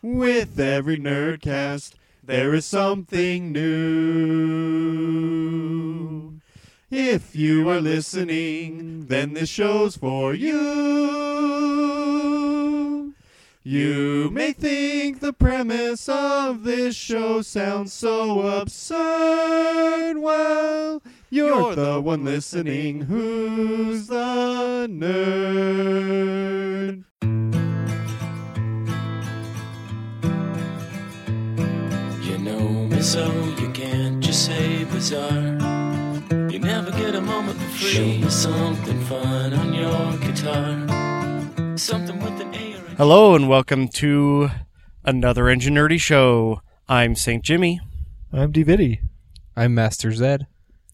with every nerdcast, there is something new. If you are listening, then this show's for you. You may think the premise of this show sounds so absurd. Well, you're, the one listening who's the nerd. You know me so you can't just say bizarre. You never get a moment for free. Show me something fun on your guitar. Something with an A or a Hello and welcome to another Ingenuity Show. I'm St. Jimmy, I'm DVD. I'm Master Zed.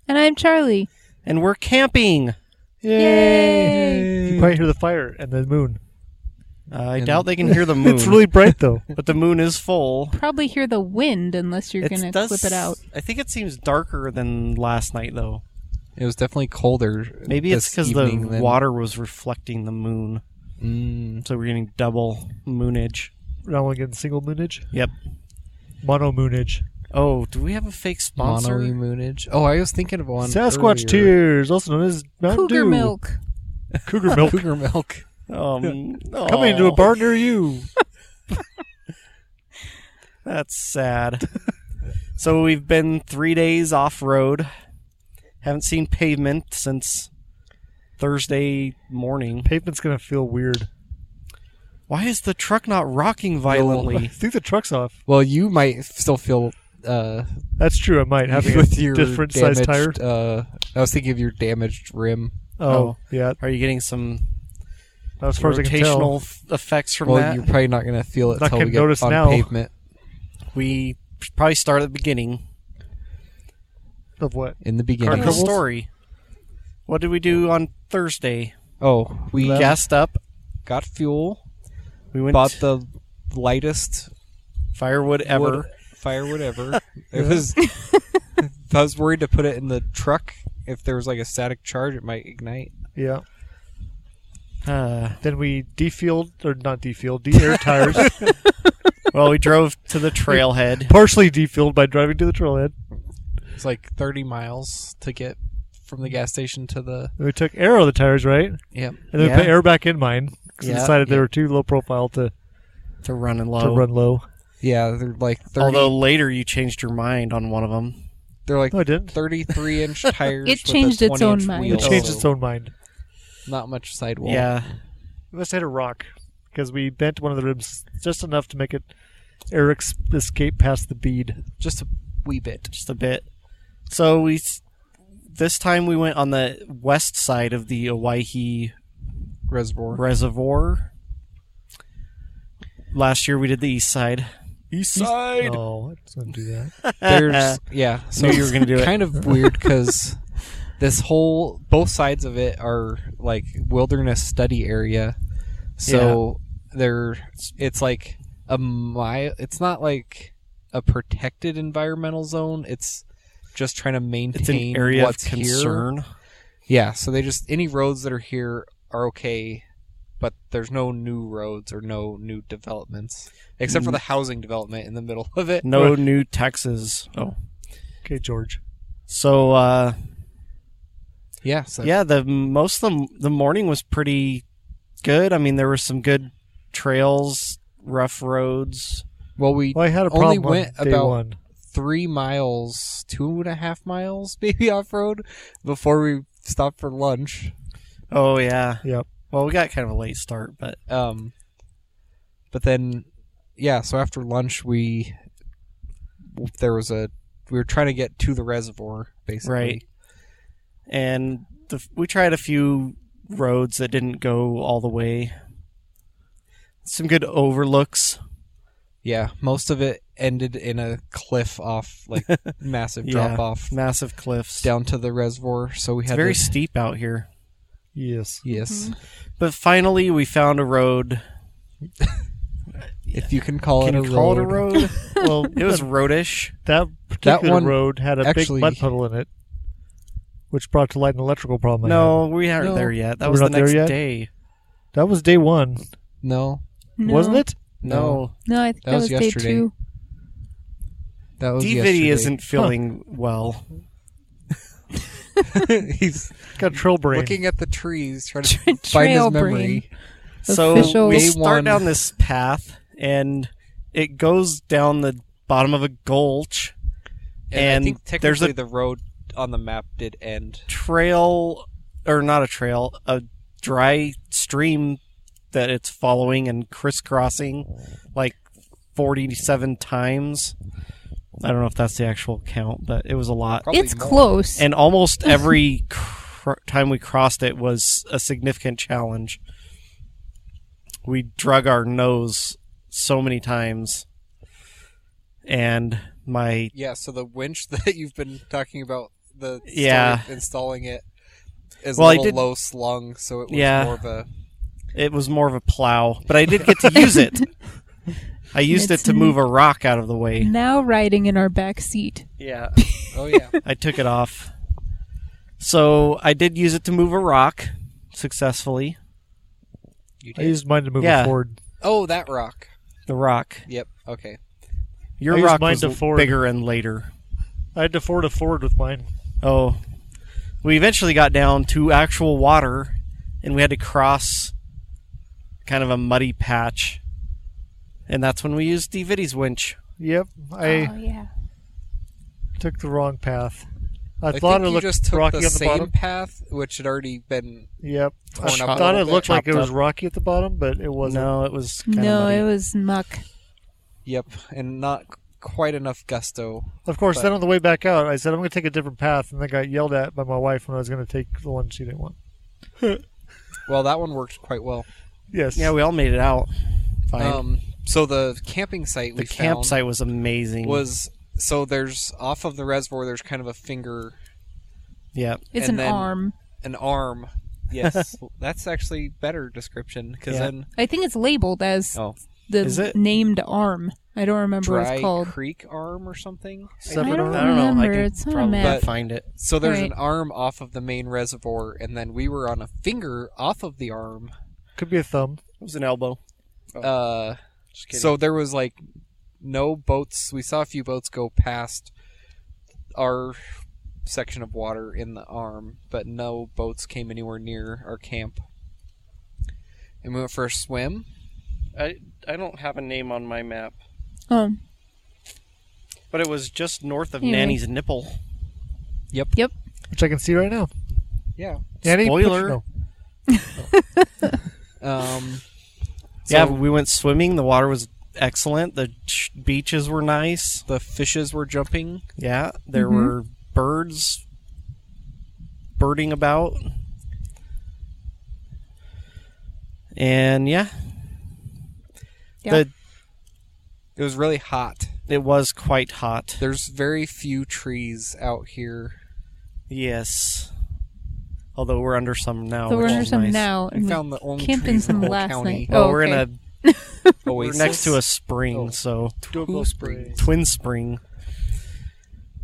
And I'm Charlie. and we're camping. Yay! You can probably hear the fire and the moon. I And- doubt they can hear the moon. It's really bright though. but the moon is full. Probably hear the wind unless you're It going to does- flip it out. I think it seems darker than last night, though. It was definitely colder. Maybe it's this because the evening than- water was reflecting the moon, Mm, so we're getting double moonage. We're only getting single moonage, Yep. mono moonage. Oh, do we have a fake sponsor? mono moonage. Oh, I was thinking of one. Sasquatch earlier. tears, also known as Mountain Cougar Dew. milk. Cougar milk Cougar milk. Um, coming to aw, a bar near you. That's sad. so we've been three days off road. Haven't seen pavement since Thursday morning. Pavement's gonna feel weird. Why is the truck not rocking violently? I think the truck's off. Well, you might still feel uh, That's true. I might have a with your different damaged, size tire. Uh, I was thinking of your damaged rim. Oh, Oh. yeah. Are you getting some Not as far as I can tell. rotational f- effects from Well, that? you're probably not gonna feel it Not until gonna we get notice on now. pavement We should probably start at the beginning. Of what? in the Our beginning. whole troubles? story. What did we do on Thursday? Oh, we We got, gassed up. got fuel. We went Bought the lightest firewood ever. wood- firewood ever. it was. I was worried to put it in the truck. If there was like a static charge, it might ignite. Yeah. Uh, Then we defueled, or not defueled, de-air tires. well, we drove to the trailhead. Partially defueled by driving to the trailhead. It's like 30 miles to get from the gas station to the. And we took air out of the tires, right? Yeah. And then Yeah. we put air back in mine because Yeah, we decided they yeah. Oh. were too low profile to, To run and to low. run low. Yeah, they're like 30, Although later you changed your mind on one of them. they're like No, it didn't. 33 inch tires. It changed its own mind. It It changed Oh. its own mind. Not much sidewall. yeah. We must have hit a rock because we bent one of the ribs just enough to make it air ex- escape past the bead. Just a wee bit. just a bit. So we s- this time we went on the west side of the Owaihi Reservoir. Reservoir. Last year we did the east side. East side. No, I just want to Oh, do that. There's. Yeah. So Knew you were gonna do it. kind of weird because this whole. Both sides of it are like wilderness study area. So they're. It's like a mile. It's not like a protected environmental zone. It's. Just trying to maintain It's an area of what's here. concern. Yeah, so they just any roads that are here are okay, but there's no new roads or no new developments except for the housing development in the middle of it. Mm. No new taxes. Oh. Okay, George. So uh Yeah, so yeah, the most of the, the morning was pretty good. I mean, there were some good trails, rough roads. Well, we Well, I had a only problem on went day about one. three miles, two and a half miles, maybe off road before we stopped for lunch. Oh yeah. Yep. Well, we got kind of a late start, but Um, but then, yeah. So after lunch, we there was a we were trying to get to the reservoir, basically. Right. and the, we tried a few roads that didn't go all the way. Some good overlooks. Yeah. Most of it ended in a cliff off, like massive Yeah. drop off massive cliffs. down to the reservoir. So we it's had very to- steep out here. Yes. yes, Mm-hmm. But finally, we found a road. if you can call Can it you a call road. it a road? Well, it was roadish. that particular one road had a actually- big mud puddle in it, which brought to light an electrical problem. I had. No, we aren't No. there yet. That We're was the not there next yet? day. that was day one, No, No. wasn't it? No, No, I think That that, was was, day yesterday. two. that was DVD yesterday. isn't feeling well. He's Got trail brain. looking at the trees, trying to Tra- find his trail memory. So Official- we Day start one. down this path, and it goes down the bottom of a gulch. And, I And think there's technically a the road on the map did end. trail, or not a trail, a dry stream that it's following and crisscrossing like 47 times. I don't know if that's the actual count, but it was a lot. Probably It's more. close. and almost every cr- time we crossed it was a significant challenge. We drug our nose so many times, and my Yeah, so the winch that you've been talking about, the Yeah. started installing it is Well, a I little did- low slung, so it was Yeah. more of a it was more of a plow, but I did get to use it. I used it to move a rock out of the way. now riding in our back seat. Yeah, oh yeah, I took it off. So I did use it to move a rock successfully. you I did. used mine to move Yeah. it forward. oh, that rock. The rock, Yep. Okay. your I used rock mine was to forward. bigger and later. I had to forward a forward with mine. Oh. We eventually got down to actual water and we had to cross kind of a muddy patch. And that's when we used DVD's winch. Yep. I oh yeah. took the wrong path. I, I thought think it you looked just took rocky the on the same bottom. path, which had already been. Yep. I Torn up thought a little it bit. looked like it Chopped was up. rocky at the bottom, but it wasn't. No, it was kind of No, muddy. it was muck. Yep, and not quite enough gusto. Of course, But- then on the way back out, I said I'm going to take a different path, and then got yelled at by my wife when I was going to take the one she didn't want. Well, that one worked quite well. Yes. Yeah, we all made it out. Fine. Um, so the camping site the we found campsite was amazing. was so there's off of the reservoir. There's kind of a finger, yeah. It's And an then- arm. an arm. Yes, that's actually better description because Yeah. then I think it's labeled as oh the Is it? named arm. I don't remember what dry it's called. creek arm or something. Separate I don't arm. I don't know. I remember. can it's on a probably map. But- find it. So there's an Right. arm off of the main reservoir, and then we were on a finger off of the arm. Could be a thumb. It was an elbow. Uh, Oh. kidding. so there was like no boats. We saw a few boats go past our section of water in the arm, but no boats came anywhere near our camp. And we went for a swim. I I don't have a name on my map, Oh, but it was just north of Anyway. Nanny's nipple. yep. which I can see right now. Yeah. Danny, put- Spoiler. no. Um, yeah, so we went swimming. The water was excellent. The ch- beaches were nice. the fishes were jumping. Yeah, there Mm-hmm. were birds birding about. And yeah, Yeah. The, It was really hot. it was quite hot. There's very few trees out here. Yes. Although we're under some now. so we're which under is some nice. now. We found the only camped in trees in some the whole last county. night. Well, oh, we're in okay. a we're Oasis. Oh. next to a spring, so Two springs. twin spring.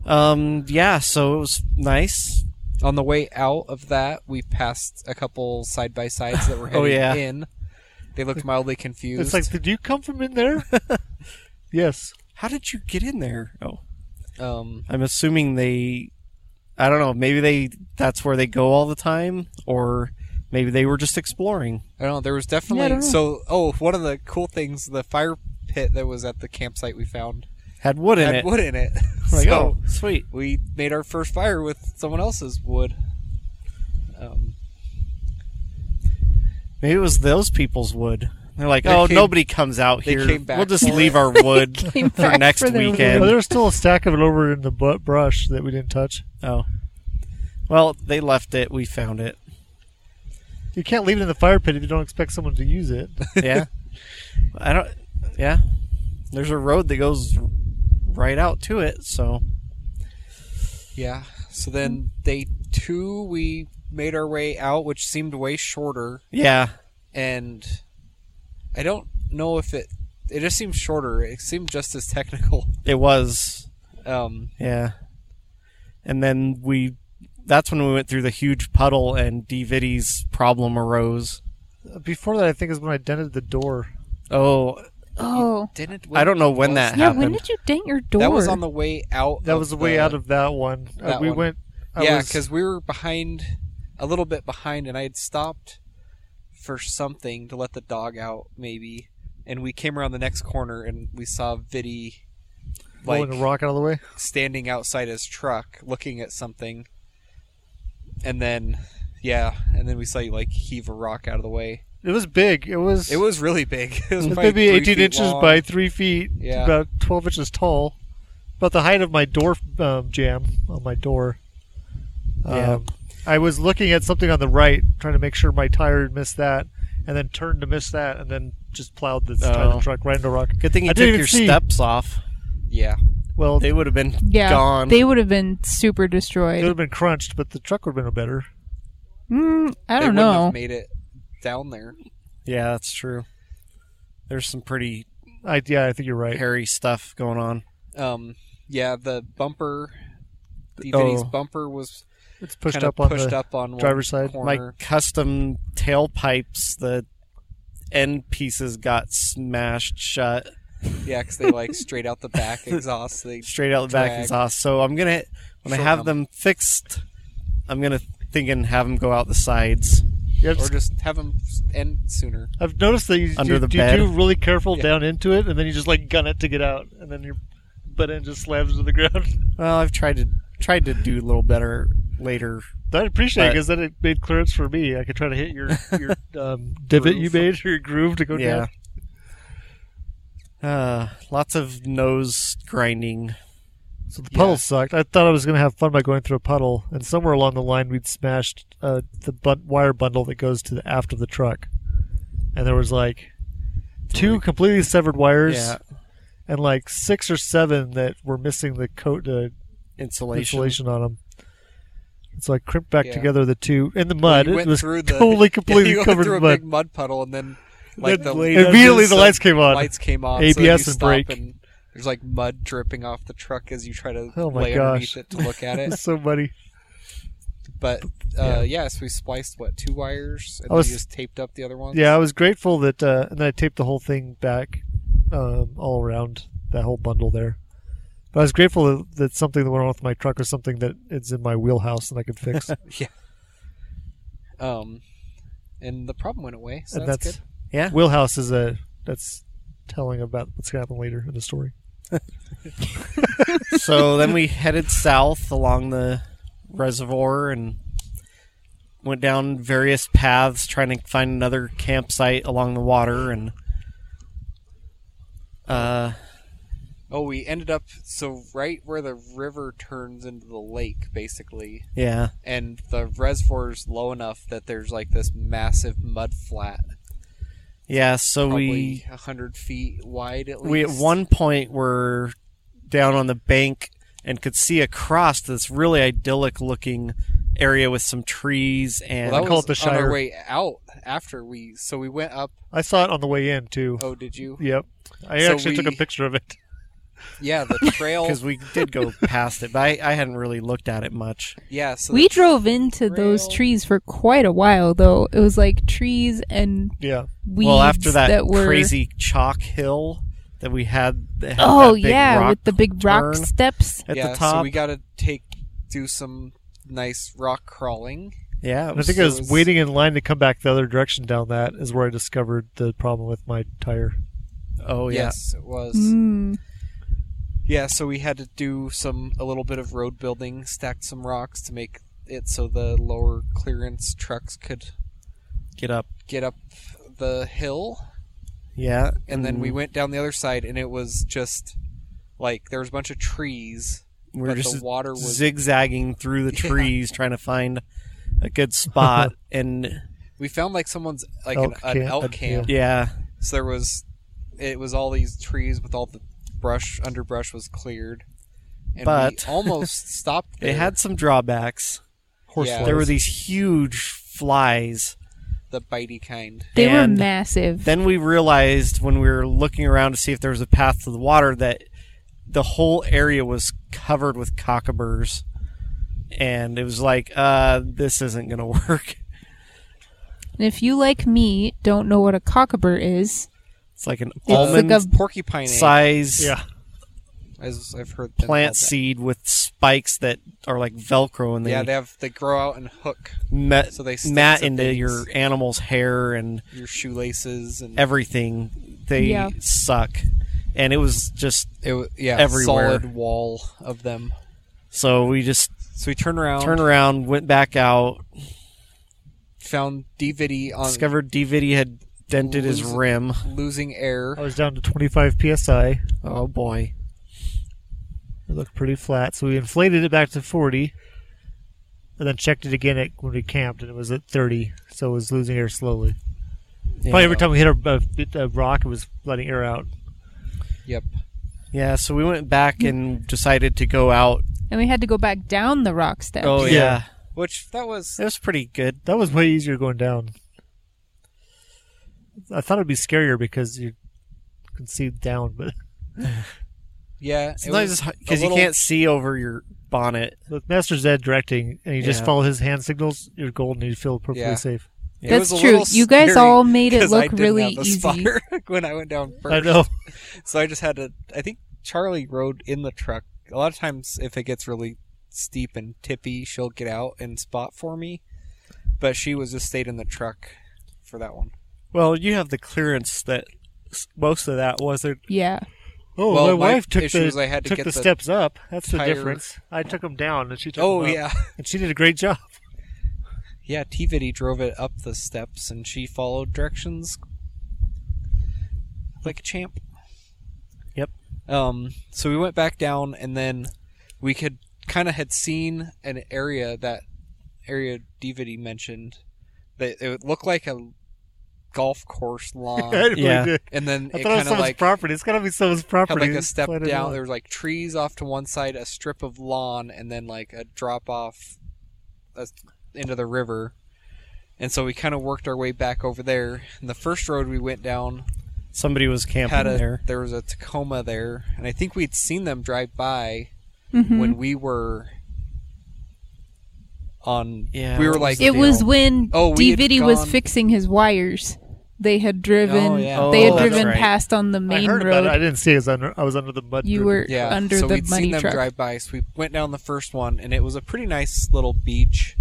Um yeah, so it was nice. On the way out of that, we passed a couple side by sides that were heading Oh, yeah. in. They looked mildly confused. It's like, did you come from in there? yes. How did you get in there? Oh. um, I'm assuming they I don't know, maybe they that's where they go all the time or maybe they were just exploring. I don't know. There was definitely Yeah, I don't know. so. Oh, one of the cool things the fire pit that was at the campsite we found Had wood in had it. wood in it. Like, so oh, sweet. we made our first fire with someone else's wood. Um, Maybe it was those people's wood. They're like, They oh, came- nobody comes out they here. came back we'll just for leave it." our wood Came for back next for their weekend. Well, there's still a stack of it over in the bu- brush that we didn't touch. Oh. Well, they left it. We found it. You can't leave it in the fire pit if you don't expect someone to use it. Yeah. I don't. Yeah. There's a road that goes right out to it. So yeah. So then day two, we made our way out, which seemed way shorter. yeah, And I don't know if it. It just seemed shorter. It seemed just as technical. it was. Um, Yeah. And then we. That's when we went through the huge puddle and DVD's problem arose. Before that, I think is when I dented the door. Oh, Oh. didn't I don't know when that Yeah, happened. when did you dent your door? That was on the way out. That of was the way out of that one. Uh, that we one. went. I yeah, was- because we were behind, a little bit behind, and I had stopped for something to let the dog out, maybe. And we came around the next corner and we saw Viddy, like, rolling a rock out of the way. standing outside his truck looking at something. And then, yeah, and then we saw you, like, heave a rock out of the way. It was big. It was. It was really big. It was it was probably maybe three 18 feet inches long. by three feet, Yeah. about 12 inches tall, about the height of my door um, jam on my door. Yeah. Um, I was looking at something on the right, trying to make sure my tire had missed that, and then turned to miss that, and then just plowed the, side of Oh. the truck right into a rock. Good thing you I didn't took even your see. steps off. Yeah. Well, They they would have been yeah, gone. They would have been super would have destroyed. been crunched, but the truck would have been better. Mm, I they don't wouldn't know. have made it down there. yeah, that's true. There's some pretty I, yeah, I think you're right. hairy stuff going on. Um, yeah, the bumper, the Oh. bumper was It's pushed kinda up on pushed the. up on one driver's side. corner. My custom tailpipes, the end pieces got smashed shut Yeah, because they like straight out the back exhaust. They straight out the back Drag. exhaust. So I'm gonna when I Shorten have them. them fixed, I'm gonna think and have them go out the sides. Yeah, or it's- just have them end sooner. I've noticed that you, Under you, the you bed. do really careful Yeah. down into it, and then you just like gun it to get out, and then your butt end just slams to the ground. Well, I've tried to tried to do a little better later. I appreciate it But- 'cause it because then it made clearance for me. I could try to hit your your um, divot you Groove. made or your groove to go yeah. down. Uh, lots of nose grinding. So the Yeah. puddle sucked. I thought I was going to have fun by going through a puddle, and somewhere along the line we'd smashed uh, the bun- wire bundle that goes to the aft of the truck, and there was like two completely severed wires. Yeah. And like six or seven that were missing the coat, uh, Insulation. insulation on them. So I crimped back Yeah. together the two in the mud. You it was the- totally yeah, completely you went covered through in a mud. big mud puddle, and then like the laid Immediately the so lights came on. Lights came on. so you ABS and stop brake. And there's like mud dripping off the truck as you try to Oh my lay gosh. underneath it to look at it. so muddy. But uh, yeah, so we spliced what two wires, and I then was- you just taped up the other ones. Yeah, I was grateful that, uh, and then I taped the whole thing back um, all around that whole bundle there. But I was grateful that, that something that went on with my truck was something that it's in my wheelhouse and I could fix. Um, and the problem went away. So and that's, that's good. Yeah. wheelhouse is a that's telling about what's gonna happen later in the story. so then we headed south along the reservoir and went down various paths trying to find another campsite along the water and uh Oh, we ended up so right where the river turns into the lake, basically, yeah and the reservoir's low enough that there's like this massive mud flat, yeah so probably a hundred feet wide at least. we we at one point were down on the bank and could see across this really idyllic looking area with some trees and well, that I call was it the on Shire. our way out after we. So we went up. I saw it on the way in too. Oh, did you? Yep. I So actually took a we- picture of it. Yeah, the trail. because we did go past it but I, I hadn't really looked at it much yeah, so we the drove into those trail- trees for quite a while, though. It was like trees and Yeah. weeds well, after that, were crazy chalk hill that we had, that had Oh that big yeah, rock with the big rock turn steps. at yeah, the top. So we got to take do some nice rock crawling. yeah, it And I was- think I was was- waiting in line to come back the other direction down that is where I discovered the problem with my tire. Oh yeah. Yes, it was. Mm. Yeah, so we had to do some a little bit of road building, stacked some rocks to make it so the lower clearance trucks could Get up. get up the hill. Yeah. And then Mm. we went down the other side, and it was just like there was a bunch of trees. We were but just the water was zigzagging through the Yeah. trees trying to find a good spot and We found like someone's like Elk an, an camp, elk yeah. camp. yeah. So there was, it was all these trees with all the brush underbrush was cleared, and But- we almost stopped. It there. had some drawbacks. Horse Yeah. There were flies. these huge flies. the bitey kind. They were And massive. Then we realized when we were looking around to see if there was a path to the water that the whole area was covered with cockaburs. And it was like, uh, this isn't going to work. and if you, like me, don't know what a cockabur is, It's like an like almond a- Porcupine egg, size Yeah. as I've heard. them plant called that. seed with spikes that are like Velcro and they, Yeah, they have they grow out and hook ma- so they stick mat to into things. your animal's hair and your shoelaces and everything. They Yeah. suck. And it was just it, wa- yeah everywhere. solid wall of them. so we just So we turned around, turned around, went back out, found DVD on discovered DVD had dented his Lose- rim. losing air. I was down to 25 psi. Oh boy. It looked pretty flat, so we inflated it back to 40, and then checked it again at, when we camped, and it was at 30, so it was losing air slowly. Probably uh, every time we hit a, a, a rock, it was letting air out. Yep. Yeah, so we went back and decided to go out. and we had to go back down the rock steps. Oh yeah. Yeah. Which that was It was pretty good. That was way easier going down. I thought it'd be scarier because you can see down, but yeah. It's it nice was as- a 'cause you little- can't see over your bonnet. with Master Zed directing and you just Yeah. follow his hand signals, you're golden. You feel perfectly Yeah. safe. It That's was a true. little You guys scary all made it 'cause I look didn't really have the easy. spotter when I went down first. I know. So I just had to. I think Charlie rode in the truck. A lot of times, if it gets really steep and tippy, she'll get out and spot for me. But she was just stayed in the truck for that one. Well, you have the clearance that s- most of that wasn't. Yeah. Oh, Well, my, my wife took issue the was I had to took get the, the steps up. That's the tire- difference. I took them down, and she took. Oh 'em up. yeah, and she did a great job. yeah. Tivity drove it up the steps, and she followed directions like a champ. Yep. Um, so we went back down, and then we could kind of had seen an area that area Davidi mentioned that it looked like a golf course I lawn, really Yeah. did. and then I thought it it was kind of someone's like property. It's gotta be someone's had property. like a step Let it down. out. There was like trees off to one side, a strip of lawn, and then like a drop off uh, into the river. And so we kind of worked our way back over there. And the first road we went down Somebody was camping had a there. there was a Tacoma there, and I think we'd seen them drive by Mhm. when we were on. Yeah, we were what was like the It was when Oh, we had DVD was gone- fixing his wires. They had driven. Oh, yeah. They had Oh, that's driven right. past on the I main heard road. about it. I didn't see. It. I was under. I was under the mud. you dripping. were yeah under so the we'd money seen them truck. drive by. So we went down the first one, and it was a pretty nice little beach,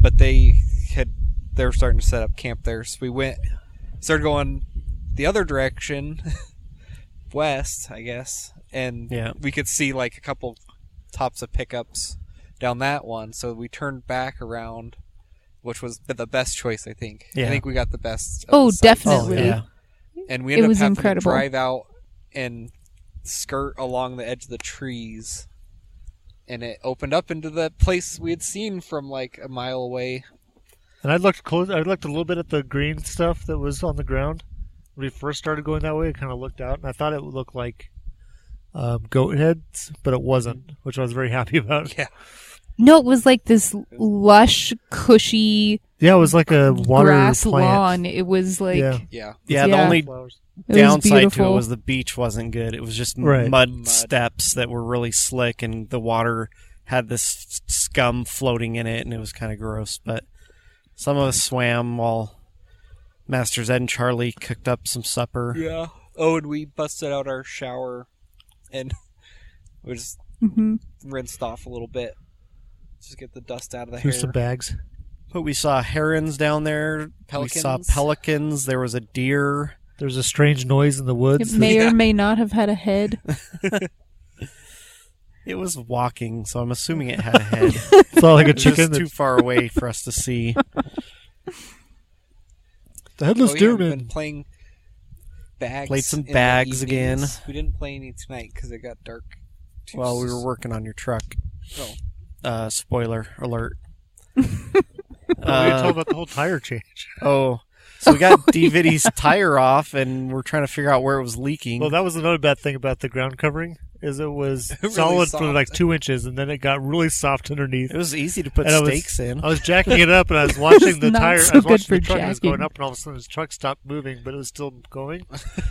but they had they were starting to set up camp there. So we went started going the other direction, west, I guess, and Yeah. we could see like a couple tops of pickups down that one. So we turned back around, which was the best choice, I think. I Yeah. think we got the best. of Oh, the sights. Oh, definitely. yeah. and we It ended was up having incredible. to drive out and skirt along the edge of the trees and it opened up into the place we had seen from like a mile away And I looked close. I looked a little bit at the green stuff that was on the ground. When we first started going that way, I kind of looked out, and I thought it would look like um, goat heads, but it wasn't, which I was very happy about. yeah No, it was like this lush, cushy Yeah, it was like a water grass plant. lawn. It was like Yeah. yeah Yeah, the Yeah. only Flowers. it was downside to beautiful. it was the beach wasn't good. It was just m- Right. mud, Mud. steps that were really slick, and the water had this s- scum floating in it, and it was kind of gross. But some of us swam while Master Zed and Charlie cooked up some supper. yeah oh and we busted out our shower and we just Mhm. rinsed off a little bit just get the dust out of the hair Here's some bags. But we saw herons down there. We saw Pelicans. pelicans. There was a deer. There's a strange noise in the woods. It may or may not have had a head. It was walking, so I'm assuming it had a head. It's not like a Just chicken. too far away for us to see. the headless oh, yeah, we've been deerman. playing bags. Played some in the bags again. evenings. We didn't play any tonight because it got dark. too While we s- were working on your truck. Oh. Uh, spoiler alert. we were talking Uh, about the whole tire change. oh, so we got DVD's tire off, and we're trying to figure out where it was leaking. Well, that was another bad thing about the ground covering is it was Really solid for soft. like two inches, and then it got really soft underneath. it was easy to put And I was- stakes in. I was jacking it up, and I was watching the Not tire. so I was good watching for the truck. It was jacking. going up, and all of a sudden, his truck stopped moving, but it was still going.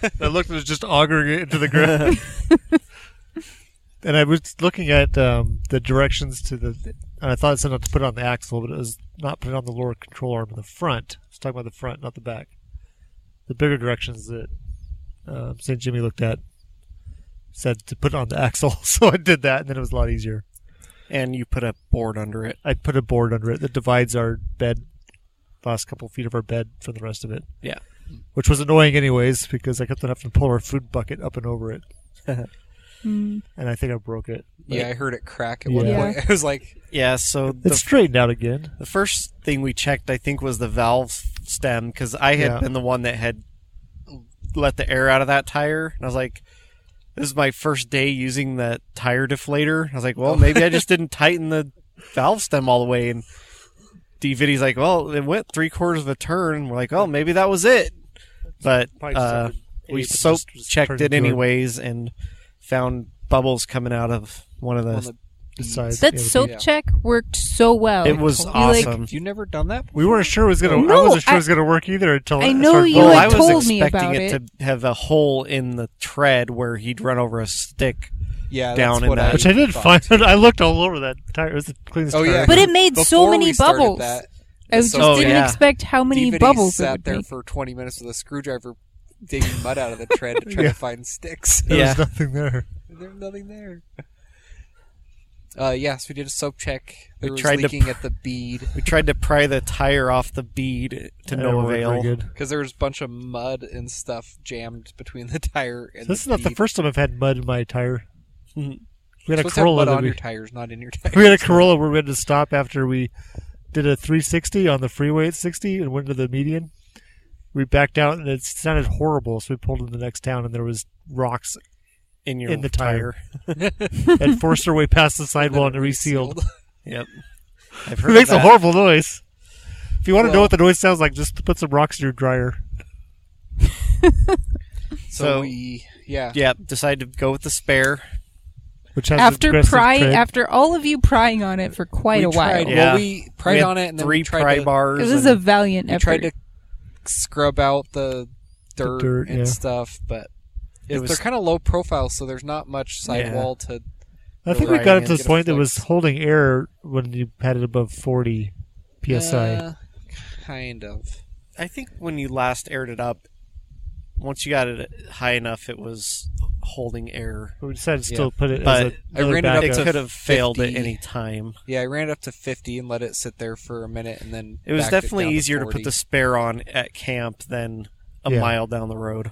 And I looked, and it was just augering it into the ground. and I was looking at um, the directions to the, and I thought it said not to put it on the axle, but it was not put it on the lower control arm in the front. I was talking about the front, not the back. The bigger directions that um St. Jimmy looked at said to put it on the axle, so I did that, and then it was a lot easier. and you put a board under it. I put a board under it that divides our bed, last couple feet of our bed from the rest of it. Yeah. Which was annoying, anyways, because I kept on having to pull our food bucket up and over it. Hmm. and I think I broke it. Yeah, I heard it crack at Yeah. one point. I was like, Yeah, so It's the, straightened out again. the first thing we checked, I think, was the valve stem because I had Yeah. been the one that had let the air out of that tire, and I was like, "This is my first day using that tire deflator." I was like, "Well, maybe I just didn't tighten the valve stem all the way." And DVD's like, "Well, it went three quarters of a turn." We're like, "Oh, maybe that was it," but Probably just uh, like an we idiot that soap just- just checked turned it into a- anyways and found bubbles coming out of one of the. on the Besides, That yeah, we soap did. Yeah. check worked so well. it was You, like, awesome. you never done that? we weren't sure it was gonna. I No, wasn't sure I- it was gonna work either until I it know started you blowing well, had I up. was told me expecting about it, to have a hole in the tread where he'd run over a stick. Yeah, Down that's in what that. Which I did thought. find. I looked all over that tire. It was the cleanest Oh tire. yeah, I've But ever- it made so Before many we started bubbles. That, I just Oh, didn't yeah. expect how many DVD bubbles it sat would there make. for 20 minutes with a screwdriver digging mud out of the tread to try Yeah. to find sticks. There Yeah. was nothing there. There's nothing there. Uh, yes, we did a soap check. There We was tried to leaking pr- at the bead We tried to pry the tire off the bead to It no worked very avail. Good. because there was a bunch of mud and stuff jammed between the tire and This is the not the bead. first time I've had mud in my tire. Mhm. We had a Supposed to have Corolla mud that on we your tires, not in your tires. we had a Corolla where we had to stop after we did a 360 on the freeway at 60 and went to the median. We backed out and it sounded horrible, so we pulled into the next town and there was rocks in your in the tire. and forced our way past the sidewall and resealed. Yep. I've It heard makes that. a horrible noise. If you want to know Well- what the noise sounds like, just put some rocks in your dryer. So, So- we, yeah, Yeah, decided to go with the spare. Which has After aggressive prying, tread. after all of you prying on it for quite we a while, tried- Yeah. Well, we pried We had on it and then three we tried pry to, bars. this is a and valiant we effort. tried to scrub out the dirt, dirt, and yeah. stuff, but It it- was- they're kind of low profile, so there's not much sidewall to. I think we Right, got up and to the get it point that was fixed. holding air when you had it above 40 psi. Uh, kind of. I think when you last aired it up, once you got it high enough, it was holding air. But we decided to still put it But as a I ran it up another to It backup. could have failed at 50. any time. Yeah, I ran it up to 50 and let it sit there for a minute, and then It was backed definitely down easier to 40. put the spare on at camp than a Yeah. mile down the road.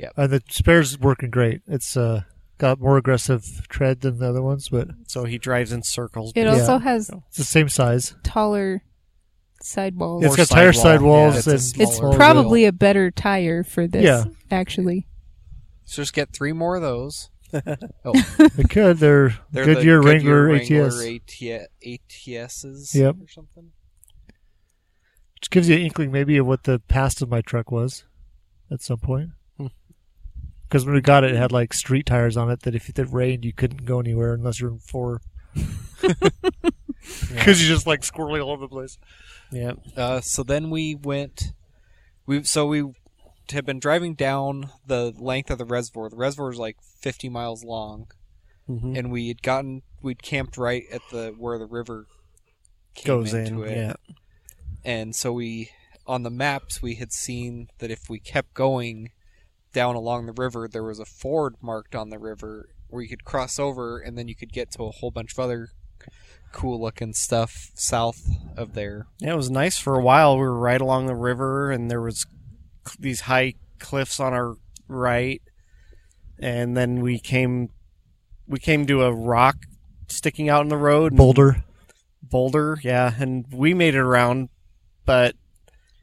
And Uh, the spare's working great. It's uh, got more aggressive tread than the other ones, but So he drives in circles. it Yeah. also has it's the same size. taller sidewalls. It's Or got tire sidewall. sidewalls Yeah, and it's a It's smaller wheel. probably a better tire for this, Yeah. actually. So just get three more of those. Oh, it could. They're, they're the Goodyear Wrangler ATS, Wrangler ATS. ATSs Yep. or something. which gives you an inkling maybe of what the past of my truck was at some point. Hmm. Because when we got it, it had like street tires on it that if it rained, you couldn't go anywhere unless you're in four. Because you just like squirrely all over the place. Yeah. Uh, so then we went. We so we had been driving down the length of the reservoir. The reservoir is like 50 miles long, Mhm. and we had gotten we'd camped right at the where the river came Goes in. into it. Yeah. and so we on the maps we had seen that if we kept going down along the river there was a ford marked on the river where you could cross over and then you could get to a whole bunch of other cool looking stuff south of there Yeah, it was nice for a while. We were right along the river, and there was c- these high cliffs on our right, and then we came we came to a rock sticking out in the road and- Boulder. boulder yeah and we made it around but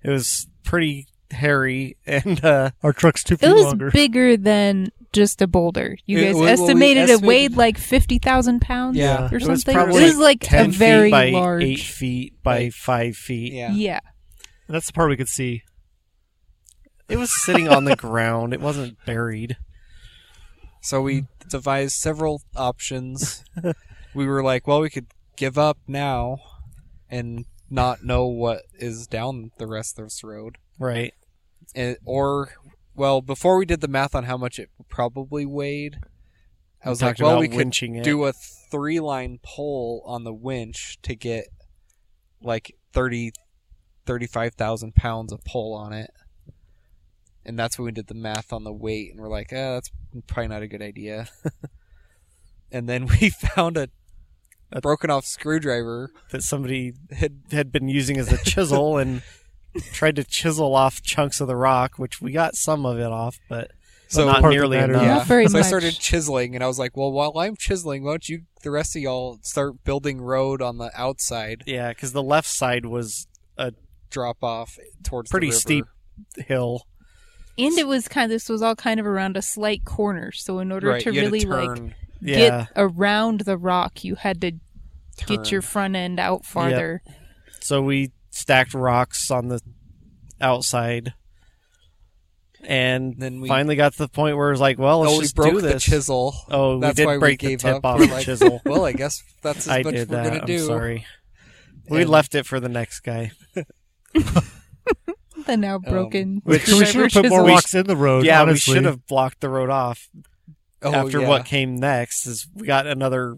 it was pretty hairy and uh Our truck's two feet It was longer. bigger than just a boulder. You It- guys well, we estimated it estimated- weighed like 50,000 pounds Yeah. or it was something. probably It was like a 10 feet very by large. 8 feet by 5 feet Yeah. yeah. And that's the part we could see. it was sitting on the ground it wasn't buried So we Mm-hmm. devised several options. we were like, well, we could give up now and not know what is down the rest of this road. right And, or, well, before we did the math on how much it probably weighed, I was like, talked well, about we could winching it. do a three line pull on the winch to get like 30, 35,000 pounds of pull on it. And that's when we did the math on the weight, and we're like, eh, that's probably not a good idea. and then we found a broken off screwdriver. that somebody Had, had been using as a chisel and tried to chisel off chunks of the rock which we got some of it off but so not part that nearly mattered. enough yeah. Not very so much. I started chiseling, and I was like, well, while I'm chiseling, why don't you, the rest of y'all, start building road on the outside, yeah because the left side was drop off towards the pretty river. steep hill And it was kind this was all kind of around a slight corner. So in order Right, to you had really like turn- yeah get around the rock, you had to turn. get your front end out farther. So we stacked rocks on the outside, and Then we- finally got to the point where it was like, well, let's oh, we just broke do the this. chisel. Oh, we that's did why break the we gave tip up. off We're the like, chisel. Well, I guess that's as I much did we're that. gonna I'm do. sorry. We And- left it for the next guy. The now Um, broken. which- we should have put more chisel. rocks in the road. yeah, honestly. we should have blocked the road off. Oh, After yeah. what came next is we got another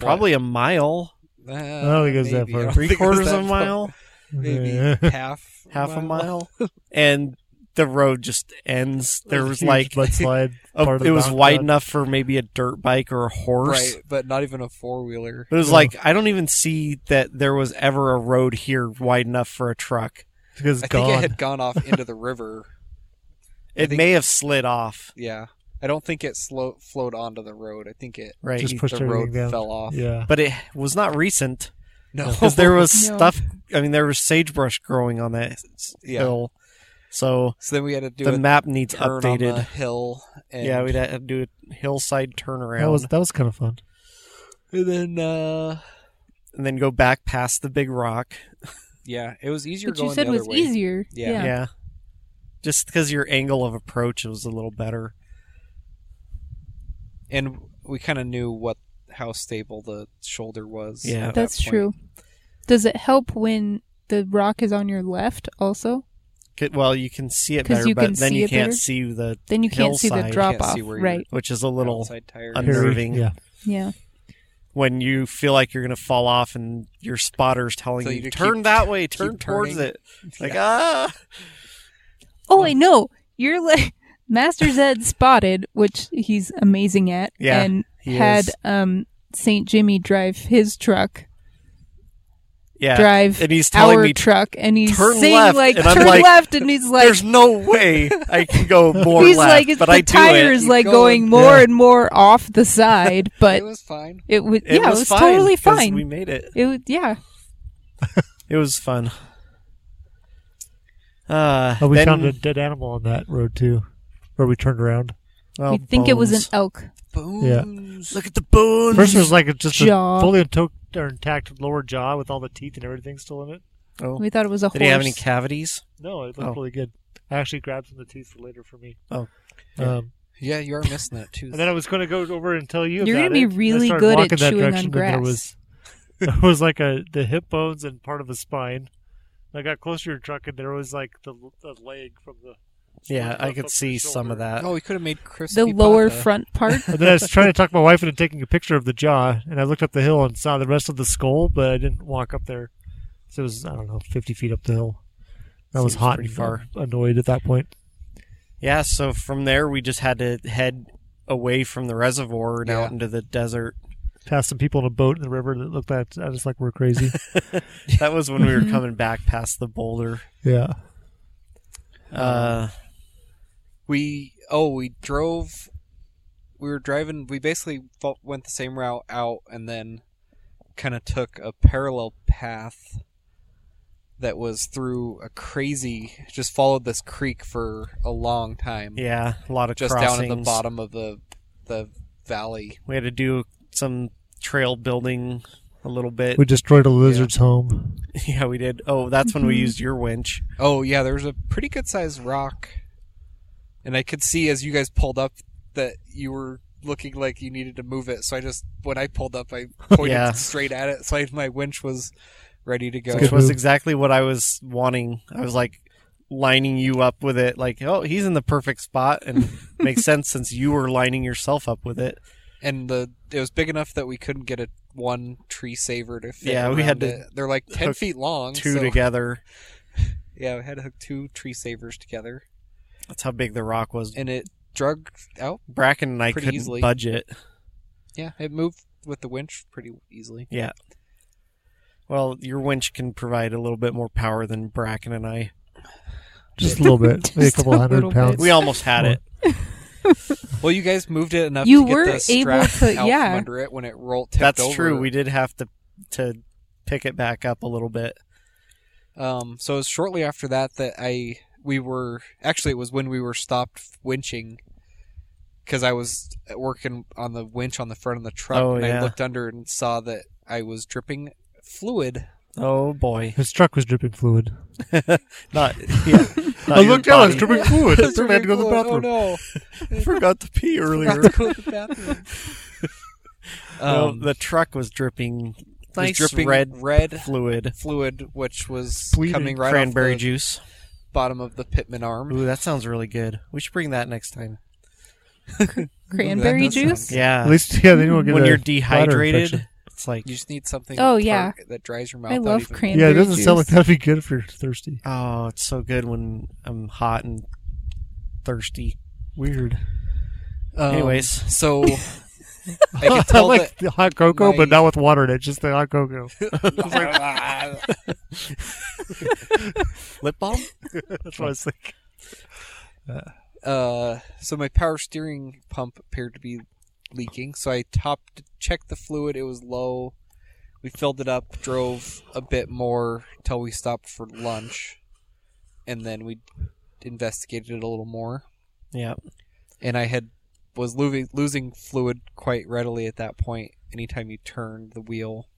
probably a mile, Uh, I Oh, don't think it was that far. don't three think it was quarters that of a far. mile, maybe Yeah. half, half a mile, and the road just ends. There was Huge like mudslide. a- part of it the was mountain wide top. enough for maybe a dirt bike or a horse. right? But not even a four wheeler. But it was No. like I don't even see that there was ever a road here wide enough for a truck. because Oh, I gone. think it had gone off into the river. It think- may have slid off. Yeah, I don't think it slow, flowed onto the road. I think it Right. Just pushed the road everything down. fell off. Yeah, but it was not recent No, because there was No. stuff. I mean, there was sagebrush growing on that s- Yeah. hill, so so then we had to do the a map needs turn on the updated. hill. And Yeah, we'd have to do a hillside turnaround that was that was kind of fun. and then uh, and then go back past the big rock. yeah, it was easier. Which going you said the other was way. easier. Yeah. Yeah, just because your angle of approach was a little better. and we kind of knew what how stable the shoulder was. Yeah. at that That's point. true. Does it help when the rock is on your left also? C- Well, you can see it 'Cause better, you but can then see you it can't better? see the, Then you can't see the Hillside. drop Can't off, see where you're- right? which is a little Outside tires. un- Unnerving. Yeah, Yeah. when you feel like you're going to fall off and your spotter's telling So you, you just turn keep- that way, turn keep towards turning. it. Like, ah. Oh, I know. You're like Master Zed spotted, which he's amazing at, Yeah, and he had is. um Saint Jimmy drive his truck, Yeah. drive And he's telling our me, truck, and he's "Turn saying left," like and I'm turn like, left, and he's like there's no way I can go more he's left, like it's but the I do tire it. is like Keep going, going. more Yeah. and more off the side, but It was fine. it would It yeah, was it was fine, totally 'cause fine. We made it. it would yeah. It was fun. Uh, oh, we then- found a dead animal on that road too, where we turned around. well, You'd think it was an Oh, bones. elk. Booms. Look at the bones. First, it was like just Jaw. a fully into- or intact lower jaw with all the teeth and everything still in it. oh. We thought it was a Did horse. he have any cavities? No, it looked Oh. really good. I actually grabbed some of the teeth for later for me. Oh. Um, Yeah, you are missing that too. and then I was going to go over and tell you. You're going gonna to be really good at chewing There on grass. was, there was like a the hip bones and part of a spine. And I got closer to the truck, and there was like the, the leg from the. Yeah, Looked I up could up see his some of shoulder. that. oh, we could have made crispy. the lower pata. front part. And then I was trying to talk my wife into taking a picture of the jaw, and I looked up the hill and saw the rest of the skull, but I didn't walk up there. So it was I don't know, fifty feet up the hill. That was Seems hot pretty and far. Annoyed at that point. Yeah, so from there we just had to head away from the reservoir and Yeah. out into the desert. Passed some people in a boat in the river that looked at us like we're crazy. That was when we were coming back past the boulder. yeah. Uh, we oh we drove. We were driving. We basically fo- went the same route out, and then kind of took a parallel path that was through a crazy. Just followed this creek for a long time. Yeah, a lot of just crossings. down at the bottom of the the valley. We had to do some trail building a little bit. We destroyed a lizard's home. yeah, we did. Oh, that's when we used your winch. Oh yeah, there was a pretty good sized rock, and I could see as you guys pulled up that you were looking like you needed to move it. So I just when I pulled up, I pointed Yeah. straight at it. So I, my winch was ready to go. which Good was move. exactly what I was wanting. I was like lining you up with it, like, oh, he's in the perfect spot, and makes sense since you were lining yourself up with it. And the it was big enough that we couldn't get a one tree saver to fit. Yeah, we had around to it. They're like ten hook feet long. Two so- together. Yeah, we had to hook two tree savers together, That's how big the rock was. and it drug out. Bracken and I pretty couldn't easily. budget. Yeah, it moved with the winch pretty easily. Yeah. Well, your winch can provide a little bit more power than Bracken and I. Just a little bit, maybe a Just couple a hundred little bit. pounds. We almost had it. Well, you guys moved it enough. You to get were the able strap to- out yeah. from under it when it rolled. Tipped That's over. true. We did have to to pick it back up a little bit. Um, so it was shortly after that that I we were actually it was when we were stopped winching because I was working on the winch on the front of the truck Oh, and yeah. I looked under and saw that I was dripping fluid. Oh boy. His truck was dripping fluid. Not yeah. Not I your looked down, I was body. dripping fluid. I I was turned, I had to go to the dripping bathroom. fluid. Oh forgot to pee no! earlier. Forgot to go to the bathroom. Well, Um, the truck was dripping it was nice dripping red red fluid, fluid, which was Bleeding coming right cranberry off the juice. bottom of the Pitman arm. Ooh, that sounds really good. We should bring that next time. Cranberry does sound juice? good. Yeah. At least, yeah, then you won't get when a you're bladder dehydrated, infection. it's like You just need something. Oh, tart yeah. that dries your mouth. I out love even more. cranberry Yeah, it doesn't sound like juice. that'd be good if you're thirsty. oh, it's so good when I'm hot and thirsty. Weird. Um, Anyways. so I could tell like the hot cocoa, but my- not with water in it. Just the hot cocoa. that Lip balm? That's what I was thinking. uh, so my power steering pump appeared to be leaking. So I topped, checked the fluid; it was low. We filled it up, drove a bit more till we stopped for lunch, and then we investigated it a little more. Yeah. And I had was losing losing fluid quite readily at that point. Anytime you turned the wheel,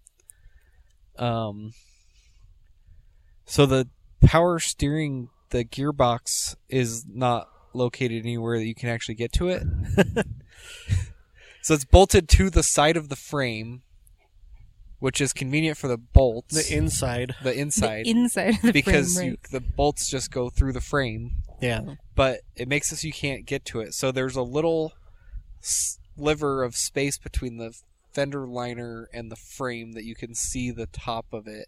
um, so the power steering the gearbox is not located anywhere that you can actually get to it. so it's bolted to the side of the frame, which is convenient for the bolts, The inside. the inside, The inside of the because frame, you, the bolts just go through the frame. Yeah. But it makes it so you can't get to it. So there's a little sliver of space between the fender liner and the frame that you can see the top of it.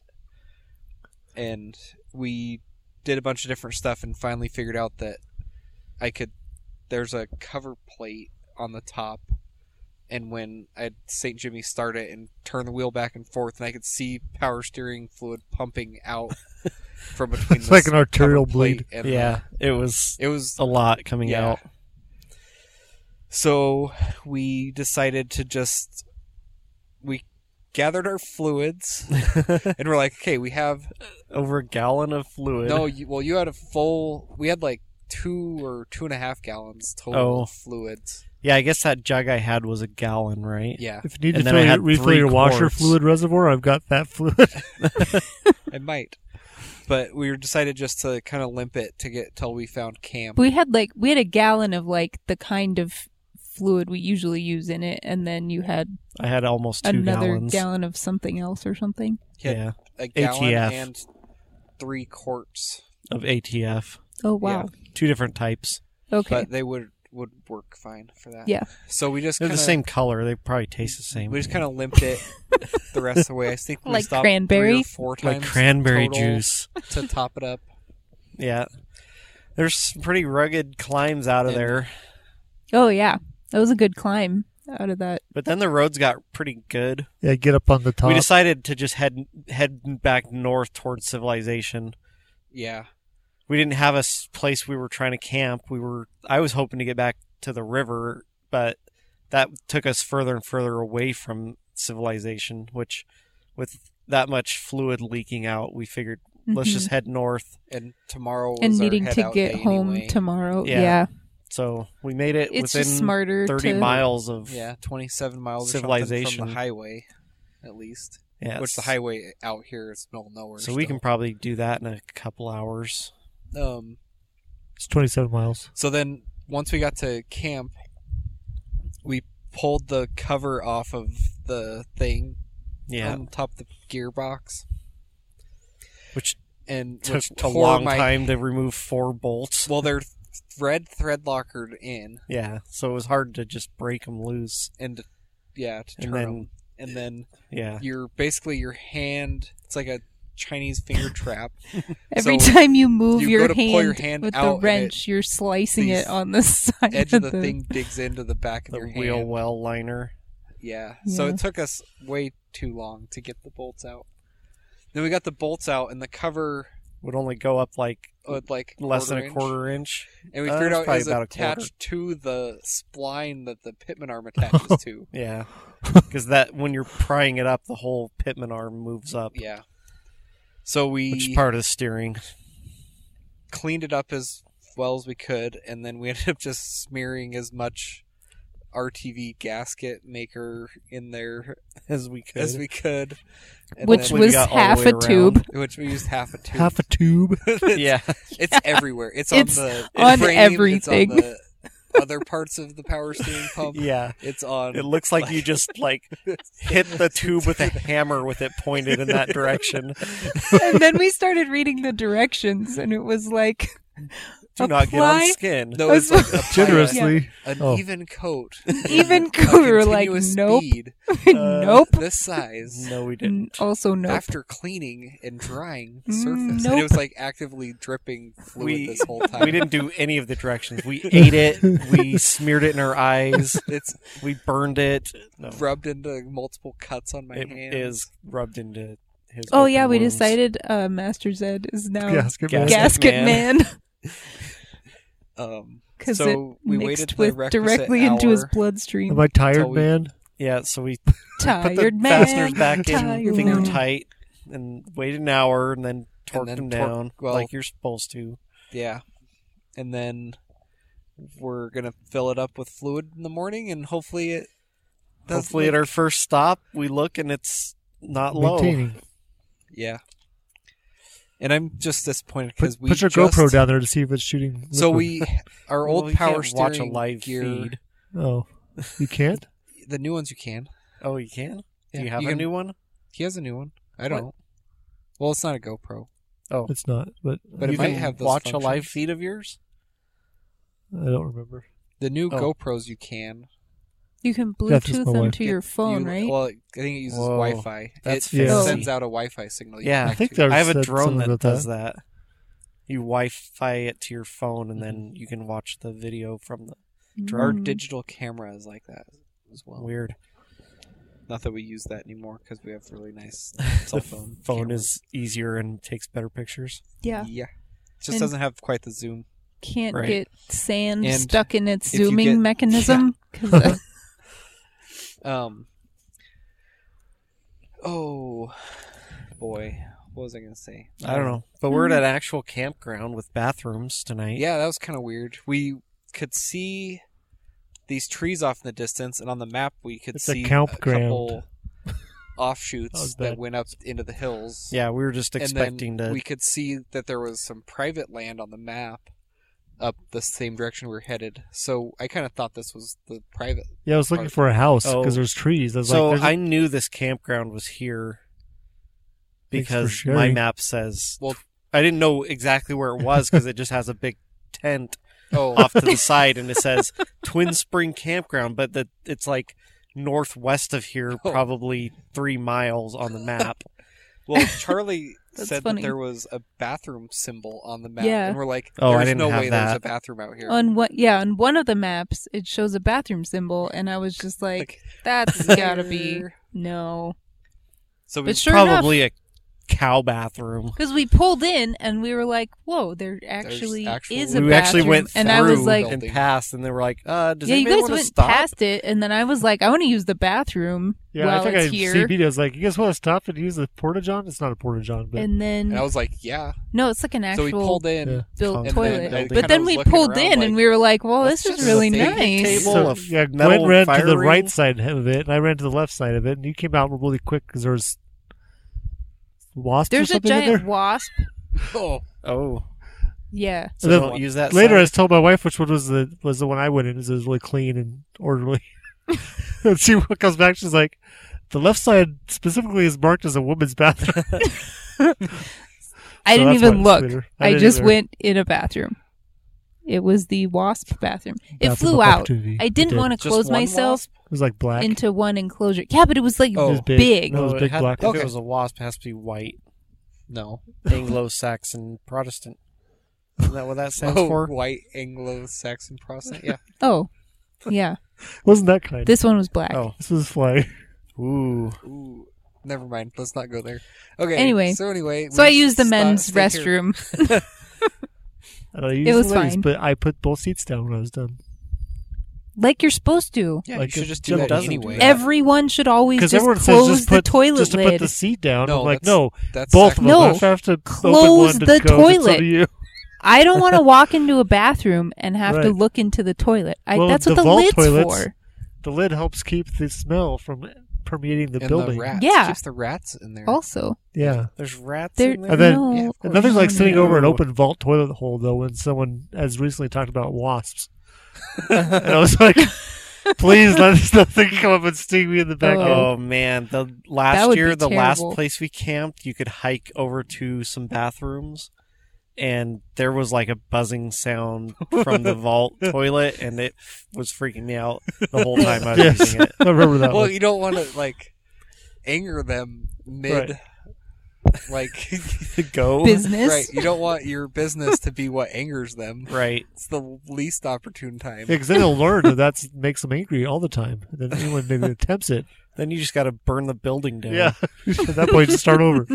And we did a bunch of different stuff and finally figured out that I could. There's a cover plate on the top, and when I had St. Jimmy start it and turn the wheel back and forth, and I could see power steering fluid pumping out from between. It's this like an arterial cover plate and uh, the- Yeah. It was it was a lot coming out. so we decided to just we gathered our fluids and we're like, okay, we have Over a gallon of fluid. no. You, well, you had a full. We had like two or two and a half gallons total Oh. of fluids. Yeah, I guess that jug I had was a gallon, right? Yeah, If you need And to then fill I your, had refill three your washer quarts. fluid reservoir, I've got that fluid. I might. But we decided just to kind of limp it to get till we found camp. But we had like we had a gallon of like the kind of fluid we usually use in it, and then you had I had almost two another gallons. gallon of something else or something. Yeah. E a gallon ATF. and three quarts, Of ATF. Oh wow. Two different types. Okay. but they would would work fine for that. yeah. So we just They're kinda, the same color. They probably taste the same. We just kind of limped it the rest of the way. I think we Like stopped three cranberry? or four times like cranberry total juice. to top it up. Yeah. There's some pretty rugged climbs out of And- there, Oh yeah. That was a good climb out of that. but then the roads got pretty good. yeah, get up on the top. We decided to just head head back north towards civilization. Yeah, we didn't have a s- place we were trying to camp. We were I was hoping to get back to the river, but that took us further and further away from civilization, which with that much fluid leaking out, we figured let's Mhm. just head north. and tomorrow was and our needing head to out get day home anyway. tomorrow. Yeah. Yeah, So we made it it's within just smarter. 30 to, miles of Yeah, twenty-seven miles civilization Civilization. from the highway, at least. yeah, Which the it's- highway out here is middle of nowhere. So we still. can probably do that in a couple hours. Um, It's 27 miles. so then once we got to camp, we pulled the cover off of the thing Yeah, on top of the gearbox, which and took which a tore long my, time to remove four bolts. Well, they're red thread lockered in, Yeah, so it was hard to just break them loose. and to- yeah, to And turn then- 'em. and then Yeah, you're basically your hand. It's like a Chinese finger trap. Every So time you move you go your, to hand pull your hand with out the and wrench, you're slicing the it on the side Edge of the the thing digs into the back of the your wheel hand. well liner. Yeah. So Yeah. it took us way too long to get the bolts out. Then we got the bolts out, and the cover would only go up like would like less than a inch. quarter inch. and we uh, figured it's out it probably was about a attached to the spline that the pitman arm attaches to. Yeah, because that when you're prying it up, the whole pitman arm moves up, Yeah. So we which is part of the steering. cleaned it up as well as we could, and then we ended up just smearing as much RTV gasket maker in there As we could, as we could, and which we then- was got all the half way a around. tube which we used half a tube. Half a tube. it's, yeah, it's everywhere. It's, It's on the on frame, everything. It's on the other parts of the power steering pump. yeah. It's on. It looks like you just like hit the tube with a hammer with it pointed in that direction. and then we started reading the directions and it was like Do not get on Apply- skin. no, it's like a- Generously. an Oh. even coat. even A cooler like continuous nope Speed nope this size. No, we N- oh didn't. also nope Mm, after cleaning and drying the surface. Nope. And it was like actively dripping fluid We- this whole time. We didn't do any of the directions. We ate it. We smeared it in our eyes. It's We burned it. No, rubbed into multiple cuts on my Oh. it hand. is rubbed into his. oh open yeah we wounds. decided uh, master zed is now Gasket. Gas- man. gasket Man. man Um, because so it we mixed waited with directly into his bloodstream Am I tired, Till we- man? Yeah, so we put tired the man fasteners back in tired finger man. tight and waited an hour and then torqued then them torque- down well- like you're supposed to. Yeah, and then we're gonna fill it up with fluid in the morning, and hopefully it. does Hopefully, at look- our first stop, we look and it's not low. Maintaining. yeah. And I'm just disappointed because Put, we put your just- GoPro down there to see if it's shooting. So liquid. we, our Well, old you power can't watch steering a live gear, feed. Oh, you can't. the new ones you can. Oh, you can. Yeah, Do you have a can- new one? He has a new one. I don't. Well, it's not a GoPro. Oh, It's not. But, But you it might can have those watch a functions. live feed of yours. I don't remember. The new Oh. GoPros you can. you can That's just bluetooth my them wife. to your phone You- right Well, I think it uses Whoa, Wi-Fi. that's it fancy. sends out a Wi-Fi signal. you Yeah, can I think actually- there- I have a said drone something that about does that. You Wi-Fi it to your phone, and then you can watch the video from the our Mm. digital camera is like that as well. weird. Not that we use that anymore because we have really nice The cell phone. phone cameras. is easier and takes better pictures. yeah yeah. It just And- doesn't have quite the zoom. can't Right. get sand And stuck in its if you zooming get- mechanism 'cause, uh, Um. Oh, boy, what was I gonna say? Um, I don't know, but we're at an actual campground with bathrooms tonight. Yeah, that was kind of weird. We could see these trees off in the distance, and on the map we could It's a see campground. couple That offshoots was that bad. went up into the hills. Yeah, we were just expecting and then to. we could see that there was some private land on the map up the same direction we were headed. So I kind of thought this was the private. Yeah, I was looking for a house Oh. because there's trees. I was so like, there's I knew this campground was here Thanks for because my sharing. map says. Well- I didn't know exactly where it was because it just has a big tent Oh, off to the side and it says Twin Spring Campground, but that it's like northwest of here, Oh. probably three miles on the map. well, Charlie That's said funny. that there was a bathroom symbol on the map, Yeah. Oh, and we're like, Oh, I "There's didn't no have way that. there's a bathroom out here." on what yeah on one of the maps it shows a bathroom symbol and i was just like Like, that's gotta be no So we but sure probably a cow bathroom. Because we pulled in and we were like, "Whoa, there actually actual- is a We bathroom." actually went through and I was like, and passed, and they were like, "Uh, does "Yeah, you anybody guys want to went stop?" past it." And then I was like, "I want to use the bathroom Yeah, while I think it's I see here." videos like, you guys want to stop and use the porta john? It's not a porta john, but and then And I was like, yeah. no, it's like an So we actual pulled in. Yeah. built and then toilet. I but kinda then was we looking pulled around in and like, we we were like, "Well, "That's this is just a really picnic nice." table So, of yeah, metal Gwen ran to the firing. right side of it, and I ran to the left side of it, and you came out really quick because there was wasps There's or a something in giant there. wasp. Oh, Oh, Yeah. so Then don't use that Later, I side. was telling my wife which one was the was the one I went in. 'cause It was really clean and orderly. and she comes back, she's like, "The left side specifically is marked as a woman's bathroom." I So didn't that's even why it's look. sweeter. I I, didn't just either. went in a bathroom. It was the wasp bathroom. It Bathroom flew of out. opportunity. I It didn't did. want to Just close one myself It was like black. into one enclosure. Yeah, but it was like Oh. it was big. big. No, it was No, it big had- black. If Okay. it was a wasp, it has to be white, no. Anglo-Saxon Protestant. Isn't that what that stands oh, for? white Anglo-Saxon Protestant. Yeah. Oh, yeah. Wasn't that kind? This one was black. Oh. This was flying. Ooh, Ooh, never mind. Let's not go there. Okay. Anyway. So anyway. so we I used the sta- men's stayed here. restroom. And I used was the ladies, fine. but I put both seats down when I was done. Like you're supposed to. Yeah, Like, you it should just do that doesn't do anyway. that. Everyone should always Because just everyone close says just the put toilet just to lid. put the seat down. No, I'm like, that's- no, that's both of No, us have to open close one to the go. That's up toilet. to you. I don't want to walk into a bathroom and have to Right. look into the toilet. I, Well, that's what the the, vault lid's toilets- for. The lid helps keep the smell from permeating the and building. The rats. Yeah. Keeps the rats in there. Also, Yeah. there's rats there. in there. And then- no, Yeah, of of And then there's like course. sitting over an No. open vault toilet hole though when someone has recently talked about wasps. and I was like, please let this nothing come up and sting me in the back. Oh. end. Oh man, the That last would year, be the terrible. last place we camped, you could hike over to some bathrooms, and there was like a buzzing sound from the vault toilet, and it was freaking me out the whole time Oh, I was Yes. using it. I remember that Well, one. you don't want to like anger them mid. Like The go business. Right. You don't want your business to be what angers them. right. It's the least opportune time. Because then they'll learn that that makes them angry all the time. And then anyone maybe attempts it. Then you just got to burn the building down. Yeah. At that point, just start over.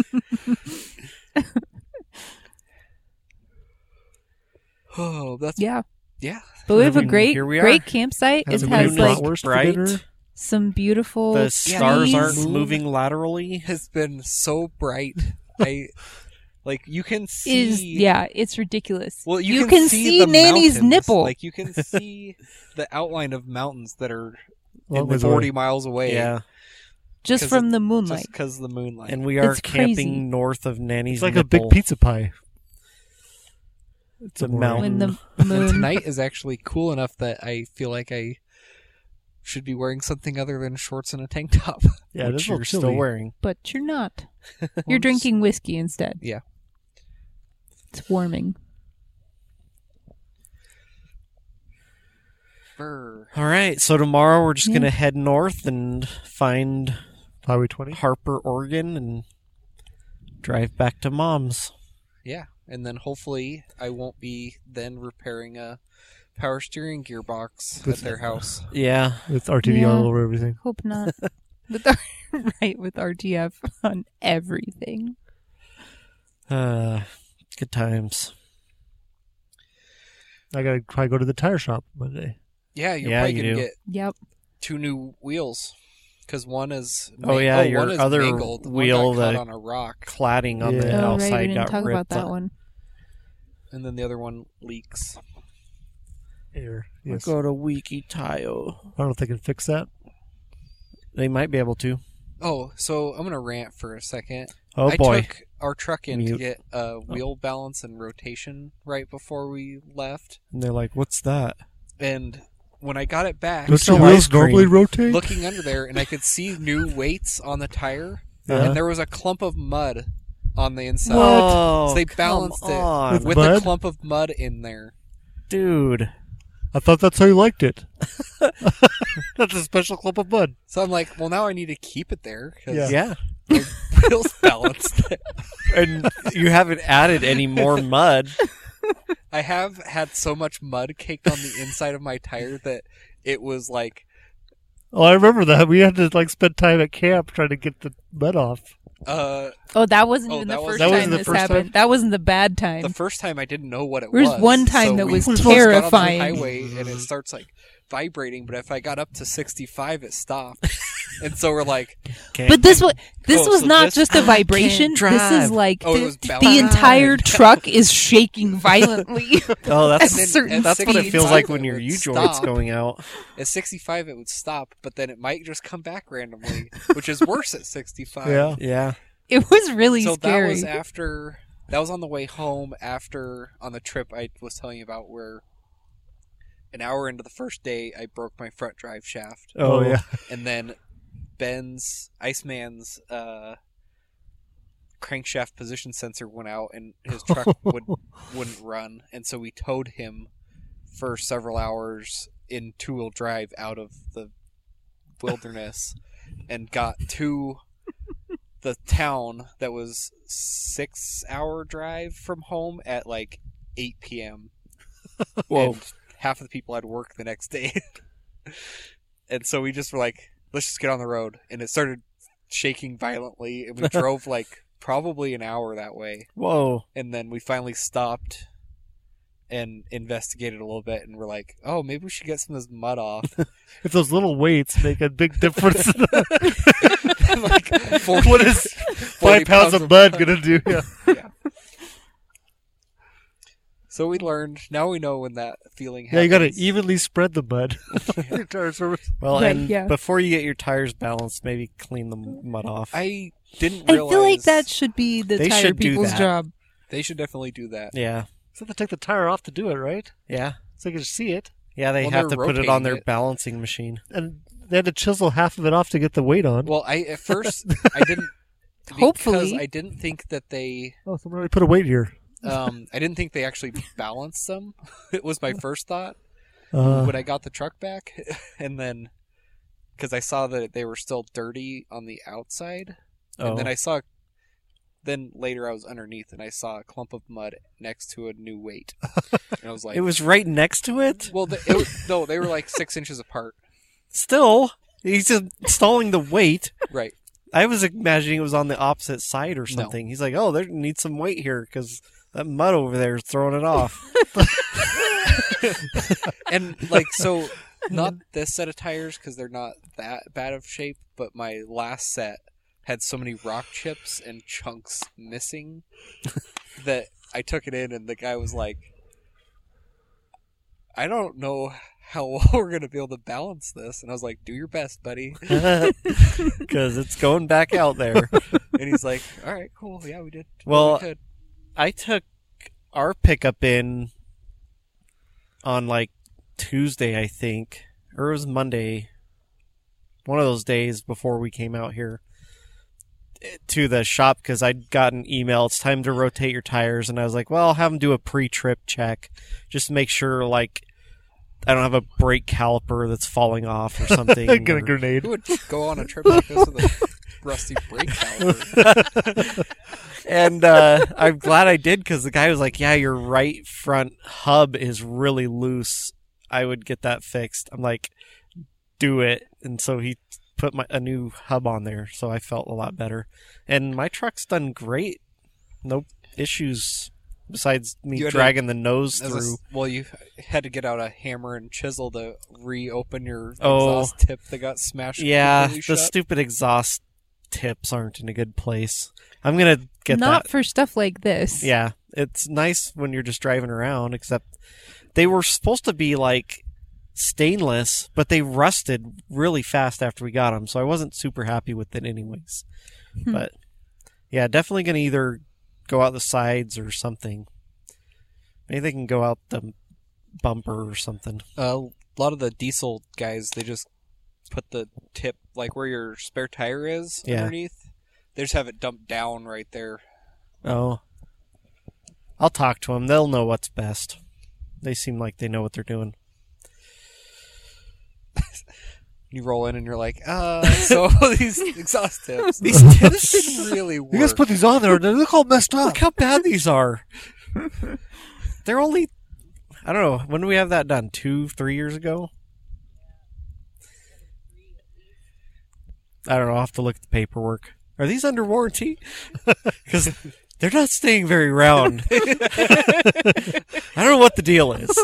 Oh, that's Yeah, yeah. but we I have a mean, great, here we are. great campsite. Has it a has moon like bratwurst for bright. dinner? some beautiful. The stars trees. aren't moving laterally. Has been so bright. I like you can It see. Is yeah, it's ridiculous. Well, you, can, see, the Nanny's mountains. nipple. Like you can see the outline of mountains that are Long in the ways away. forty miles away. Yeah, just 'cause from the just moonlight. because the moonlight. and we are It's camping crazy. north of Nanny's. It's like a nipple. big pizza pie. It's The boring. mountain. when the And moon. tonight is actually cool enough that I feel like I should be wearing something other than shorts and a tank top. Yeah, which that's a you're little chilly. still wearing. but you're not. You're drinking whiskey instead. yeah. It's warming. Brr. All right, so tomorrow we're just Yeah. gonna head north and find Highway 20. Harper, Oregon, and drive back to mom's. Yeah, and then hopefully I won't be then repairing a power steering gearbox at their house. Yeah, With RTV Yeah. all over everything. Hope not. with our, right with RTF on everything. uh, good times. I gotta probably go to the tire shop Monday. Yeah, you're Yeah, probably you gonna do. get Yep. two new wheels because one is Oh, yeah, your one is other mangled, one wheel got caught that- on a rock, Cladding on the Yeah. oh, outside right. We didn't got talk ripped. about that up. one. and then the other one leaks. Air. We Yes. Go to Wiki Tayo. I don't know if they can fix that. They might be able to. Oh, so I'm gonna rant for a second. Oh I boy, took our truck in to Mute. Oh. get uh, wheel balance and rotation right before we left, and they're like, "What's that?" and when I got it back, Don't Looks you like wheels ice cream. normally rotate? looking under there and I could see new weights on the tire, Uh-huh. Yeah. and there was a clump of mud on the inside. Whoa, So they come balanced it on. With With a mud? clump of mud in there. dude. I thought that's how you liked it. that's a special clump of mud. So I'm like, well, now I need to keep it there because Yeah, wheels balanced. and you haven't added any more mud. I have had so much mud caked on the inside of my tire that it was like Oh, I remember that. We had to like spend time at camp trying to get the mud off. Uh, Oh, that wasn't Oh, even that the was- first That wasn't time the this first happened. time? That wasn't the bad time. the first time I didn't know what it There was was. one time that we- was we first got on the terrifying. highway and it starts like vibrating, but if I got up to 65, it stopped. and so we're like, but this was this Oh, was so not this- just a vibration. This is drive. like Oh, it was the balanced. entire truck is shaking violently. Oh, that's And then- certain. and that's what it 65 feels like when your would U joint's stop. going out. at 65, it would stop, but then it might just come back randomly, which is worse at 65. Yeah. Yeah, it was really so that scary. was after that was on the way home after on the trip I was telling you about where an hour into the first day I broke my front drive shaft Oh, Oh. yeah. and then Ben's Iceman's uh crankshaft position sensor went out and his truck would wouldn't run and so we towed him for several hours in two-wheel drive out of the wilderness and got to the town that was 6 hour drive from home at like 8 p.m. Whoa. And half of the people had work the next day. and so we just were like, let's just get on the road. And it started shaking violently. And we drove like probably an hour that way. whoa, And then we finally stopped and investigated a little bit. And we're like, oh, maybe we should get some of this mud off. If those little weights make a big difference, in the- like, 40, what is 40 five pounds of mud going to do? Yeah. So we learned. Now we know when that feeling happens. Yeah, you got to evenly spread the mud. Well, Right, and yeah. before you get your tires balanced, maybe clean the mud off. I didn't I realize. feel like that should be the They tire should do people's that. job. They should definitely do that. yeah, So they take the tire off to do it, right? yeah, So you can see it. yeah. They Well, have to they're put it on rotating their it. balancing machine. And they had to chisel half of it off to get the weight on. Well, I at first I didn't. because Hopefully. I didn't think that they. oh, someone already put a weight here. Um, I didn't think they actually balanced them. It was my first thought Uh, when I got the truck back, and then because I saw that they were still dirty on the outside, Oh, and then I saw. Then later, I was underneath and I saw a clump of mud next to a new weight, and I was like, it was right next to it. Well, the, it was, no, they were like six inches apart. Still, he's installing the weight. Right. I was imagining it was on the opposite side or something. He's like, "Oh, there needs some weight here because that mud over there is throwing it off." and like so not this set of tires because they're not that bad of shape but my last set had so many rock chips and chunks missing that i took it in and the guy was like i don't know how well we're gonna be able to balance this and i was like do your best buddy oh. Because it's going back out there. and he's like all right cool yeah we did Well, we could. I took our pickup in on like Tuesday, I think, or it was Monday, one of those days before we came out here eh, to the shop because I'd gotten email. It's time to rotate your tires, and I was like, "Well, I'll have them do a pre-trip check just to make sure like I don't have a brake caliper that's falling off or something." get a or- grenade. who would go on a trip like this with a rusty brake caliper and uh, I'm glad I did because the guy was like, "Yeah, your right front hub is really loose. I would get that fixed." I'm like, "Do it!" And so he put my, a new hub on there, so I felt a lot better. And my truck's done great. No issues besides me You had a- dragging the nose As a s- through. well, you had to get out a hammer and chisel to reopen your Oh. exhaust tip that got smashed. yeah, completely the shut. stupid exhaust tips aren't in a good place. I'm gonna get that Not for stuff like this. Yeah, it's nice when you're just driving around. Except they were supposed to be like stainless, but they rusted really fast after we got them, so I wasn't super happy with it, anyways. Hmm. But yeah, definitely gonna either go out the sides or something. Maybe they can go out the bumper or something. Uh, a lot of the diesel guys they just put the tip like where your spare tire is Yeah. underneath. They just have it dumped down right there. Oh, I'll talk to them. They'll know what's best. They seem like they know what they're doing. You roll in and you're like, uh, so these exhaust tips, these tips didn't really work. You guys put these on there and they look all messed up. Look how bad these are. They're only, I don't know, when did we have that done? Two, three years ago? I don't know. I'll have to look at the paperwork. Are these under warranty? Because they're not staying very round. I don't know what the deal is.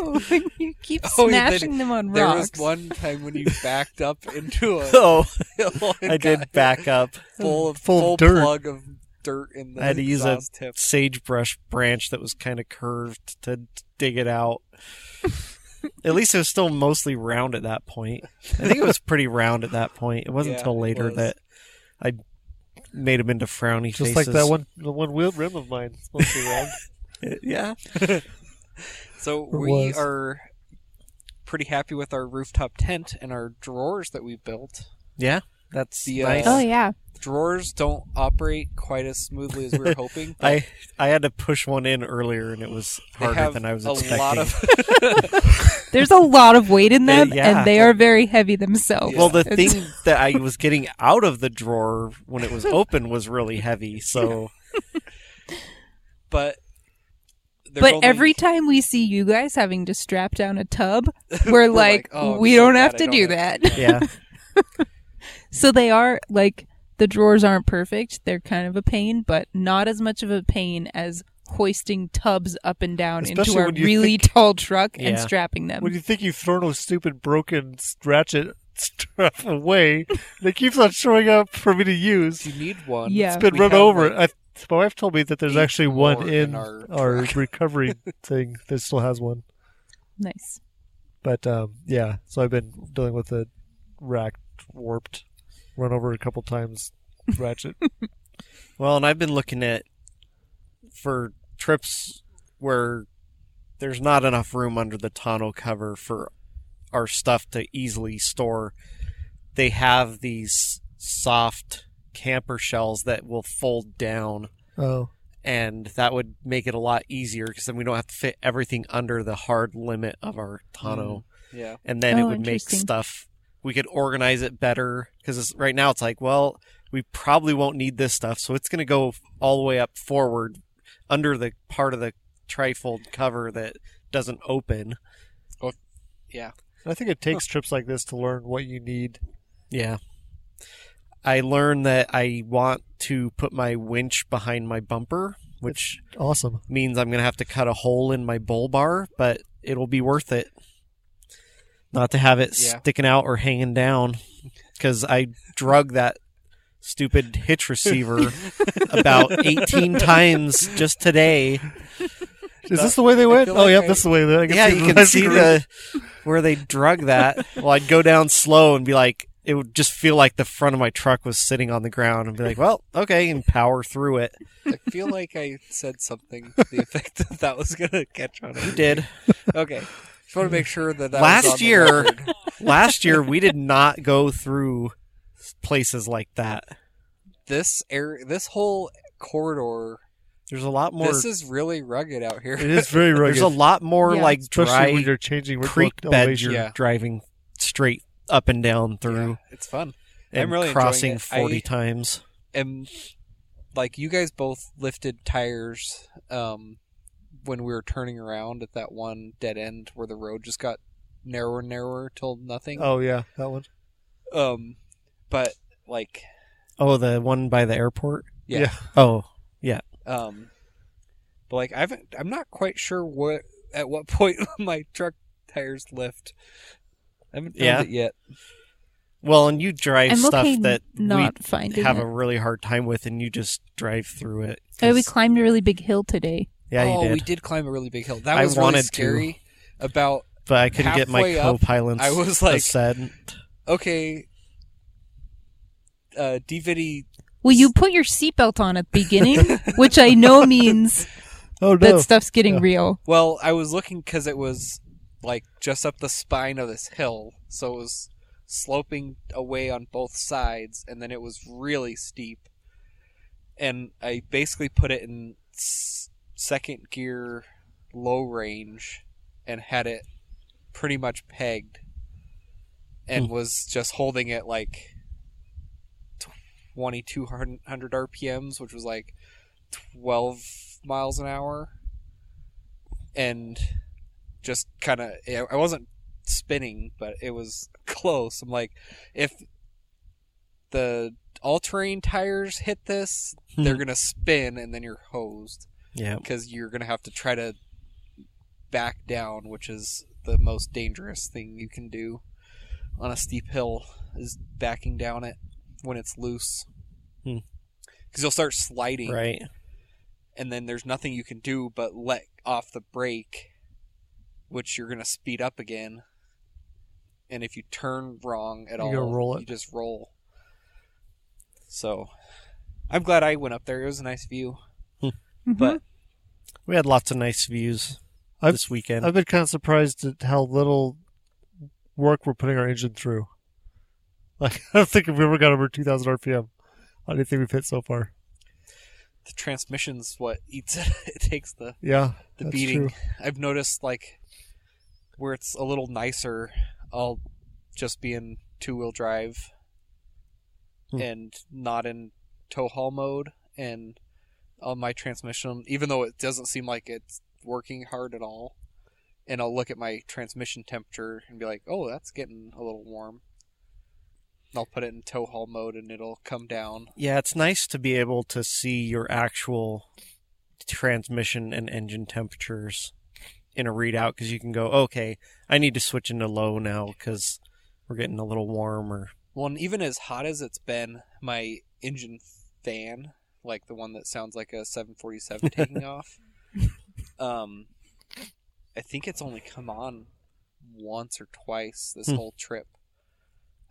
you keep Oh, yeah, smashing there- them on There rocks. was one time when you backed up into a Oh, hill and I got did back up. full of Full of full dirt. plug of dirt in the I had to use a exhaust tip. sagebrush branch that was kind of curved to dig it out. at least it was still mostly round at that point. I think it was pretty round at that point. It wasn't Yeah, until it later was. that I made him into frowny Just faces. like that one, the one wheeled rim of mine. It's mostly round. Yeah. So Or we was. are pretty happy with our rooftop tent and our drawers that we built. Yeah. That's The, uh, nice. oh yeah, Drawers don't operate quite as smoothly as we were hoping. but I I had to push one in earlier and it was they harder have than I was a expecting. lot of there's a lot of weight in Uh, them, yeah. and they are very heavy themselves. Well, the It's- thing that I was getting out of the drawer when it was open was really heavy, so but they're But only- every time we see you guys having to strap down a tub, we're, like, like, "Oh, we so don't glad have I to don't do have that. yeah. So they are like the drawers aren't perfect. They're kind of a pain, but not as much of a pain as hoisting tubs up and down Especially when into a you really tall truck and Yeah. strapping them. when you think you've thrown a stupid broken ratchet stuff away, that keeps on showing up for me to use. you need one. Yeah. It's been We run have, over. like, I, my wife told me that there's eight actually one more in in our, our recovery thing that still has one. nice. But um, yeah, so I've been dealing with a racked, warped, run over a couple times ratchet. Well, and I've been looking at for trips where there's not enough room under the tonneau cover for our stuff to easily store. They have these soft camper shells that will fold down, oh, and that would make it a lot easier because then we don't have to fit everything under the hard limit of our tonneau Yeah. and then Oh, it would make interesting. stuff we could organize it better because right now it's like well we probably won't need this stuff so it's going to go all the way up forward under the part of the trifold cover that doesn't open I think it takes trips like this to learn what you need. yeah i learned that i want to put my winch behind my bumper which Awesome. means i'm going to have to cut a hole in my bull bar but it'll be worth it not to have it Yeah. sticking out or hanging down because I drug that stupid hitch receiver about 18 times just today. Is this the way they went? feel Oh, like yep, I- that's the way that I can Yeah, see you can that's see great. the where they drug that. Well, I'd go down slow and be like, it would just feel like the front of my truck was sitting on the ground and be like, well, okay, and power through it. I feel like I said something to the effect that that was going to catch on. We did. Okay. Just want to make sure that, that was Last on the year- record. Last year, we did not go through places like that. this air, this whole corridor, There's a lot more. this is really rugged out here. It is very rugged. There's a lot more Yeah. like especially dry when you're changing road creek bed elevation. you're Yeah. driving straight up and down Yeah, through it's fun. and I'm really enjoying crossing it. 40 I- times. And like you guys both lifted tires um, when we were turning around at that one dead end where the road just got narrower and narrower till nothing. Oh yeah, that one. Um, but like, Oh, the one by the airport? yeah, Yeah. Oh, Um, but like I've I'm not quite sure what at what point my truck tires lift. I haven't found Yeah. it yet. well, and you drive I'm stuff okay that not we finding have it. a really hard time with and you just drive through it. Oh, we 'Cause- climbed a really big hill today. yeah, you oh, did. we did climb a really big hill. That I was wanted really to. scary. About But I couldn't get my halfway up, co-pilot's I was like- ascent. okay, uh, DVD. Well, you put your seatbelt on at the beginning, which I know means Oh no. that stuff's getting Yeah. real. Well, I was looking because it was like just up the spine of this hill, so it was sloping away on both sides, and then it was really steep. And I basically put it in s- second gear, low range, and had it pretty much pegged, and was just holding it like twenty two hundred RPMs, which was like twelve miles an hour and just kind of I wasn't spinning, but it was close. I'm like, if the all-terrain tires hit this, they're gonna spin, and then you're hosed Yeah. because you're gonna have to try to back down, which is the most dangerous thing you can do on a steep hill is backing down it when it's loose. Hmm. Because you'll start sliding, Right. and then there's nothing you can do but let off the brake, which you're gonna speed up again. And if you turn wrong at You all, gotta roll it. you just roll. So, I'm glad I went up there. It was a nice view, but We had lots of nice views I've- this weekend. I've been kind of surprised at how little work we're putting our engine through. Like I don't think we've ever got over 2,000 RPM on anything we've hit so far. the transmission's what eats it. it takes the Yeah, the that's beating. true. I've noticed like where it's a little nicer, I'll just be in two wheel drive Hmm. and not in tow haul mode and on my transmission even though it doesn't seem like it's working hard at all and I'll look at my transmission temperature and be like, "Oh, that's getting a little warm." And I'll put it in tow haul mode and it'll come down. yeah, it's nice to be able to see your actual transmission and engine temperatures in a readout because you can go, okay, I need to switch into low now because we're getting a little warm or Well, and even as hot as it's been, my engine fan, like the one that sounds like a 747 taking off, um, I think it's only come on once or twice this Hmm. whole trip.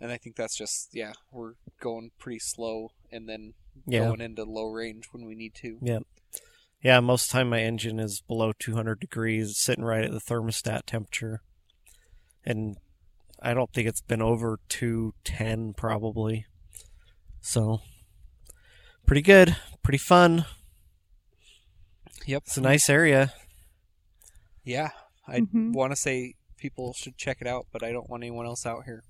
And I think that's just, yeah, we're going pretty slow and then yeah. going into low range when we need to. Yeah, most of the time my engine is below 200 degrees, it's sitting right at the thermostat temperature. And I don't think it's been over 210 probably. So, pretty good, pretty fun. Yep. It's a nice area. Yeah, I Mhm. want to say people should check it out, but I don't want anyone else out here.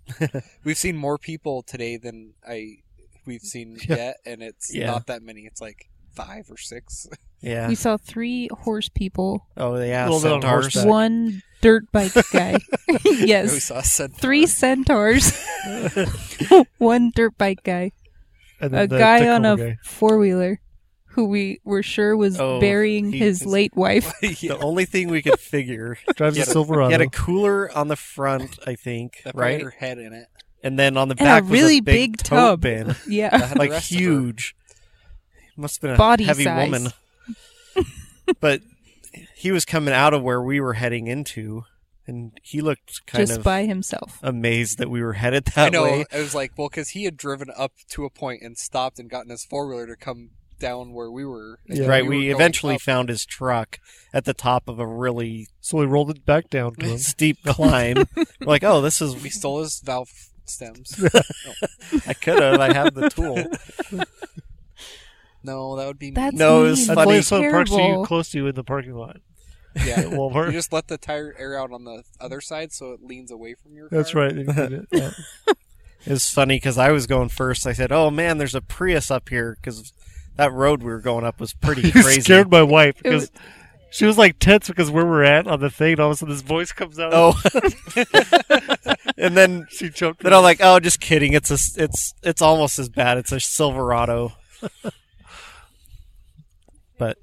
we've seen more people today than I we've seen Yeah. yet, and it's Yeah. not that many. It's like five or six. Yeah. We saw three horse people, Oh, yeah, Little bit on centaurs. horseback. one dirt bike guy. we yes. saw a centaur. Three centaurs, one dirt bike guy, And then a the guy tickle on guy. a four wheeler who we were sure was Oh, burying he- his late wife. The only thing we could figure. drives He a had a- Silverado. He had a cooler on the front, I think, that right? right? her head in it. And then on the And a back was really a big, big tote tub. bin. Yeah. That had the like rest of her. huge. Must have been a Body heavy size. woman. but he was coming out of where we were heading into, and he looked kind just of by himself. amazed that we were headed I that know. way. I was like, well, because he had driven up to a point and stopped and gotten his four wheeler to come down where we were. and Yeah. right, were we going eventually up. found his truck at the top of a really so we rolled it back down to him. steep climb. We're like, oh, this is we stole his valve stems. I could have. I have the tool. no, that would be That's No, mean. it was That's funny. why someone parks to you Terrible. close to you in the parking lot at yeah. You Walmart. just let the tire air out on the other side so it leans away from your That's car. right. they did it. Yeah. It was funny because I was going first. I said, "Oh man, there's a Prius up here," because that road we were going up was pretty You crazy. scared my wife It because she was like tense because where we're at on the thing, and all of a sudden this voice comes out. Oh, and then she jumped. Then I'm like, oh, just kidding. It's a, it's, it's almost as bad. It's a Silverado. but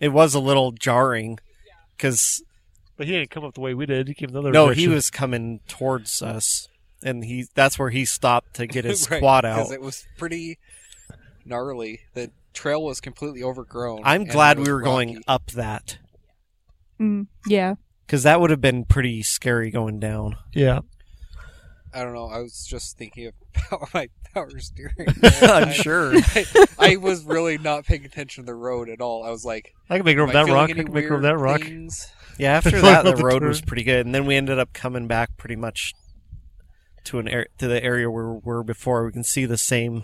it was a little jarring because but he didn't come up the way we did. He came the other no, direction. he was coming towards us, and he that's where he stopped to get his Right, squad 'cause out. It was pretty gnarly. The trail was completely overgrown. I'm and glad we it was were going rocky. up that Mm, yeah. because that would have been pretty scary going down. Yeah, I don't know. I was just thinking of power, my power steering. I'm sure. I, I was really not paying attention to the road at all. I was like, I can make room am I that feeling rock. I any can make room weird that rock. things? Yeah, after that the road was pretty good, and then we ended up coming back pretty much to an air to the area where we were before. We can see the same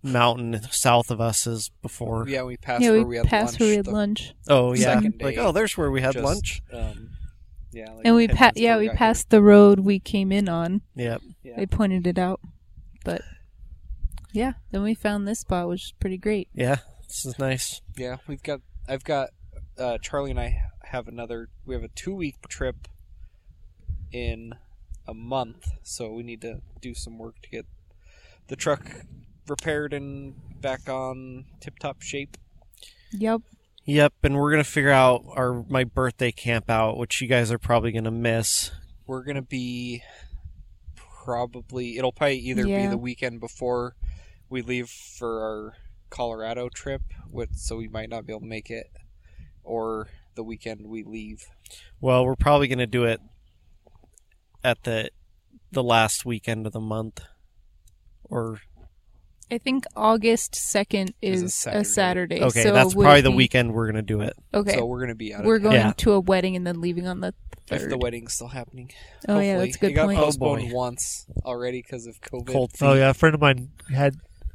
mountain south of us as before. Yeah, we passed yeah, where we had passed lunch. where we had the- lunch. Oh yeah, Second day, like oh, there's where we had just, lunch. Um, yeah, like and we 10 pa- minutes yeah, before we got here. passed the road we came in on. Yeah, Yeah. They pointed it out. But yeah, then we found this spot, which is pretty great. yeah, this is nice. Yeah, we've got. I've got. Uh, Charlie and I have another. We have a two week trip in a month, so we need to do some work to get the truck repaired and back on tip-top shape. Yep. Yep, and we're gonna figure out our my birthday camp out, which you guys are probably gonna miss. We're gonna be probably it'll probably either Yeah. be the weekend before we leave for our Colorado trip, which so we might not be able to make it, or the weekend we leave. Well, we're probably gonna do it at the the last weekend of the month, or I think August 2nd Is is, a a Saturday. Saturday. okay, so that's would probably it the be- weekend we're gonna do it. Okay. So we're gonna be out. we're of town going Yeah. to a wedding and then leaving on the if third. the wedding's still happening. oh, yeah, Hopefully. that's a good it got point. postponed Oh, boy. once already because of COVID. Cold feet. Oh yeah, a friend of mine had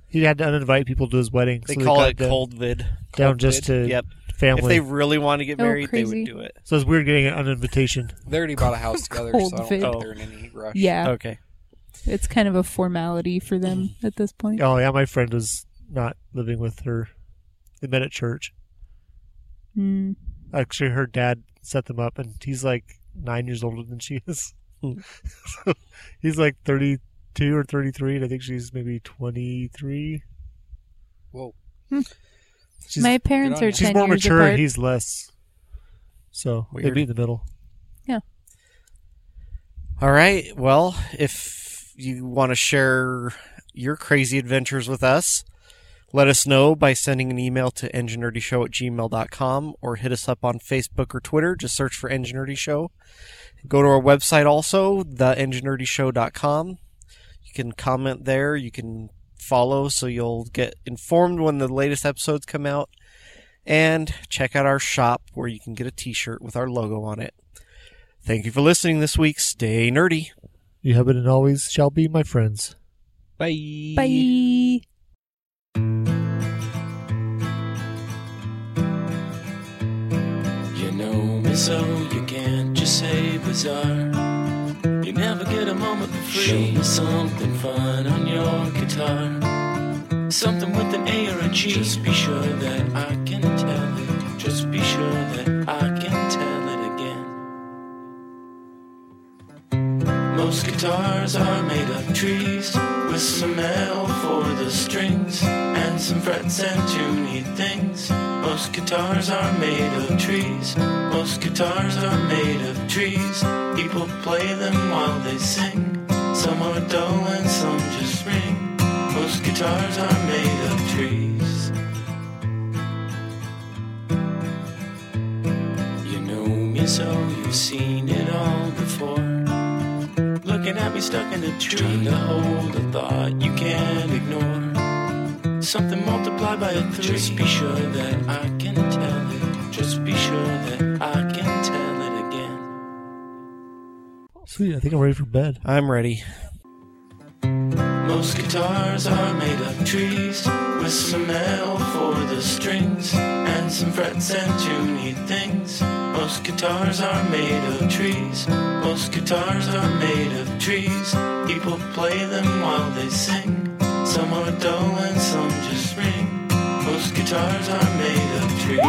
he had to uninvite people to his wedding. They so call got it down, cold vid. down just to Yep. If family. they really want to get Oh, married, they crazy. would do it. so it's weird getting an invitation. They already bought a house together, so I Cold don't fit. think they're in any rush. Yeah, Okay. it's kind of a formality for them at this point. Oh yeah, my friend was not living with her. They met at church. Mm. Actually, her dad set them up, and he's like nine years older than she is. Hmm. so he's like thirty-two or thirty-three, and I think she's maybe twenty-three. Whoa. She's, My parents on are you. she's 10 more years mature, apart. and he's less. So Weird. they'd be in the middle. All right. Well, if you want to share your crazy adventures with us, let us know by sending an email to engineerdyshow at gmail.com or hit us up on Facebook or Twitter. Just search for Engineerdy Show. Go to our website also, theengineerdyshow.com. You can comment there. You can follow so you'll get informed when the latest episodes come out. And check out our shop where you can get a t shirt with our logo on it. Thank you for listening this week. Stay nerdy. You have it, and always shall be, my friends. Bye. Bye. You know me so you can't just say bizarre. You never get a moment for free. Show me something fun on your guitar. Something with an A or a G. Just be sure that I can tell it. Just be sure that I can tell it again. Most guitars are made of trees with some metal for the strings and some frets and two neat things. Most guitars are made of trees. Most guitars are made of trees. People play them while they sing. Some are dull and some just ring. Most guitars are made of trees. You know me so you've seen it all before looking at me stuck in a tree. Trying to hold a thought you can't ignore. Something multiplied by a three. Just be sure that I can tell it. Just be sure that I can tell it again. Sweet, I think I'm ready for bed. I'm ready. Most guitars are made of trees with some metal for the strings and some frets and two neat things. Most guitars are made of trees. Most guitars are made of trees. People play them while they sing. Some are dull and some just ring. Most guitars are made of trees.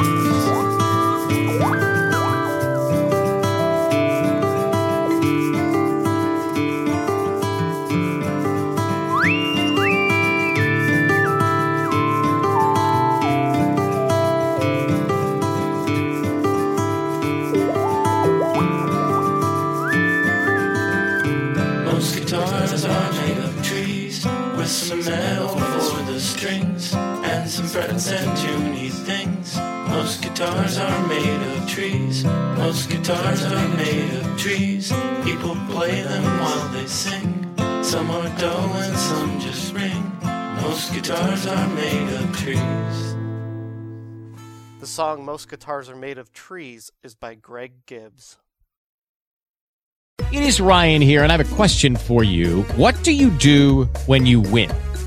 Most guitars are made of trees with some metal for the strings and some frets and tuney things. Most guitars are made of trees. Most guitars are made of trees. People play them while they sing. Some are dull and some just ring. Most guitars are made of trees. The song Most Guitars Are Made of Trees is by Greg Gibbs. It is Ryan here, and I have a question for you. What do you do when you win?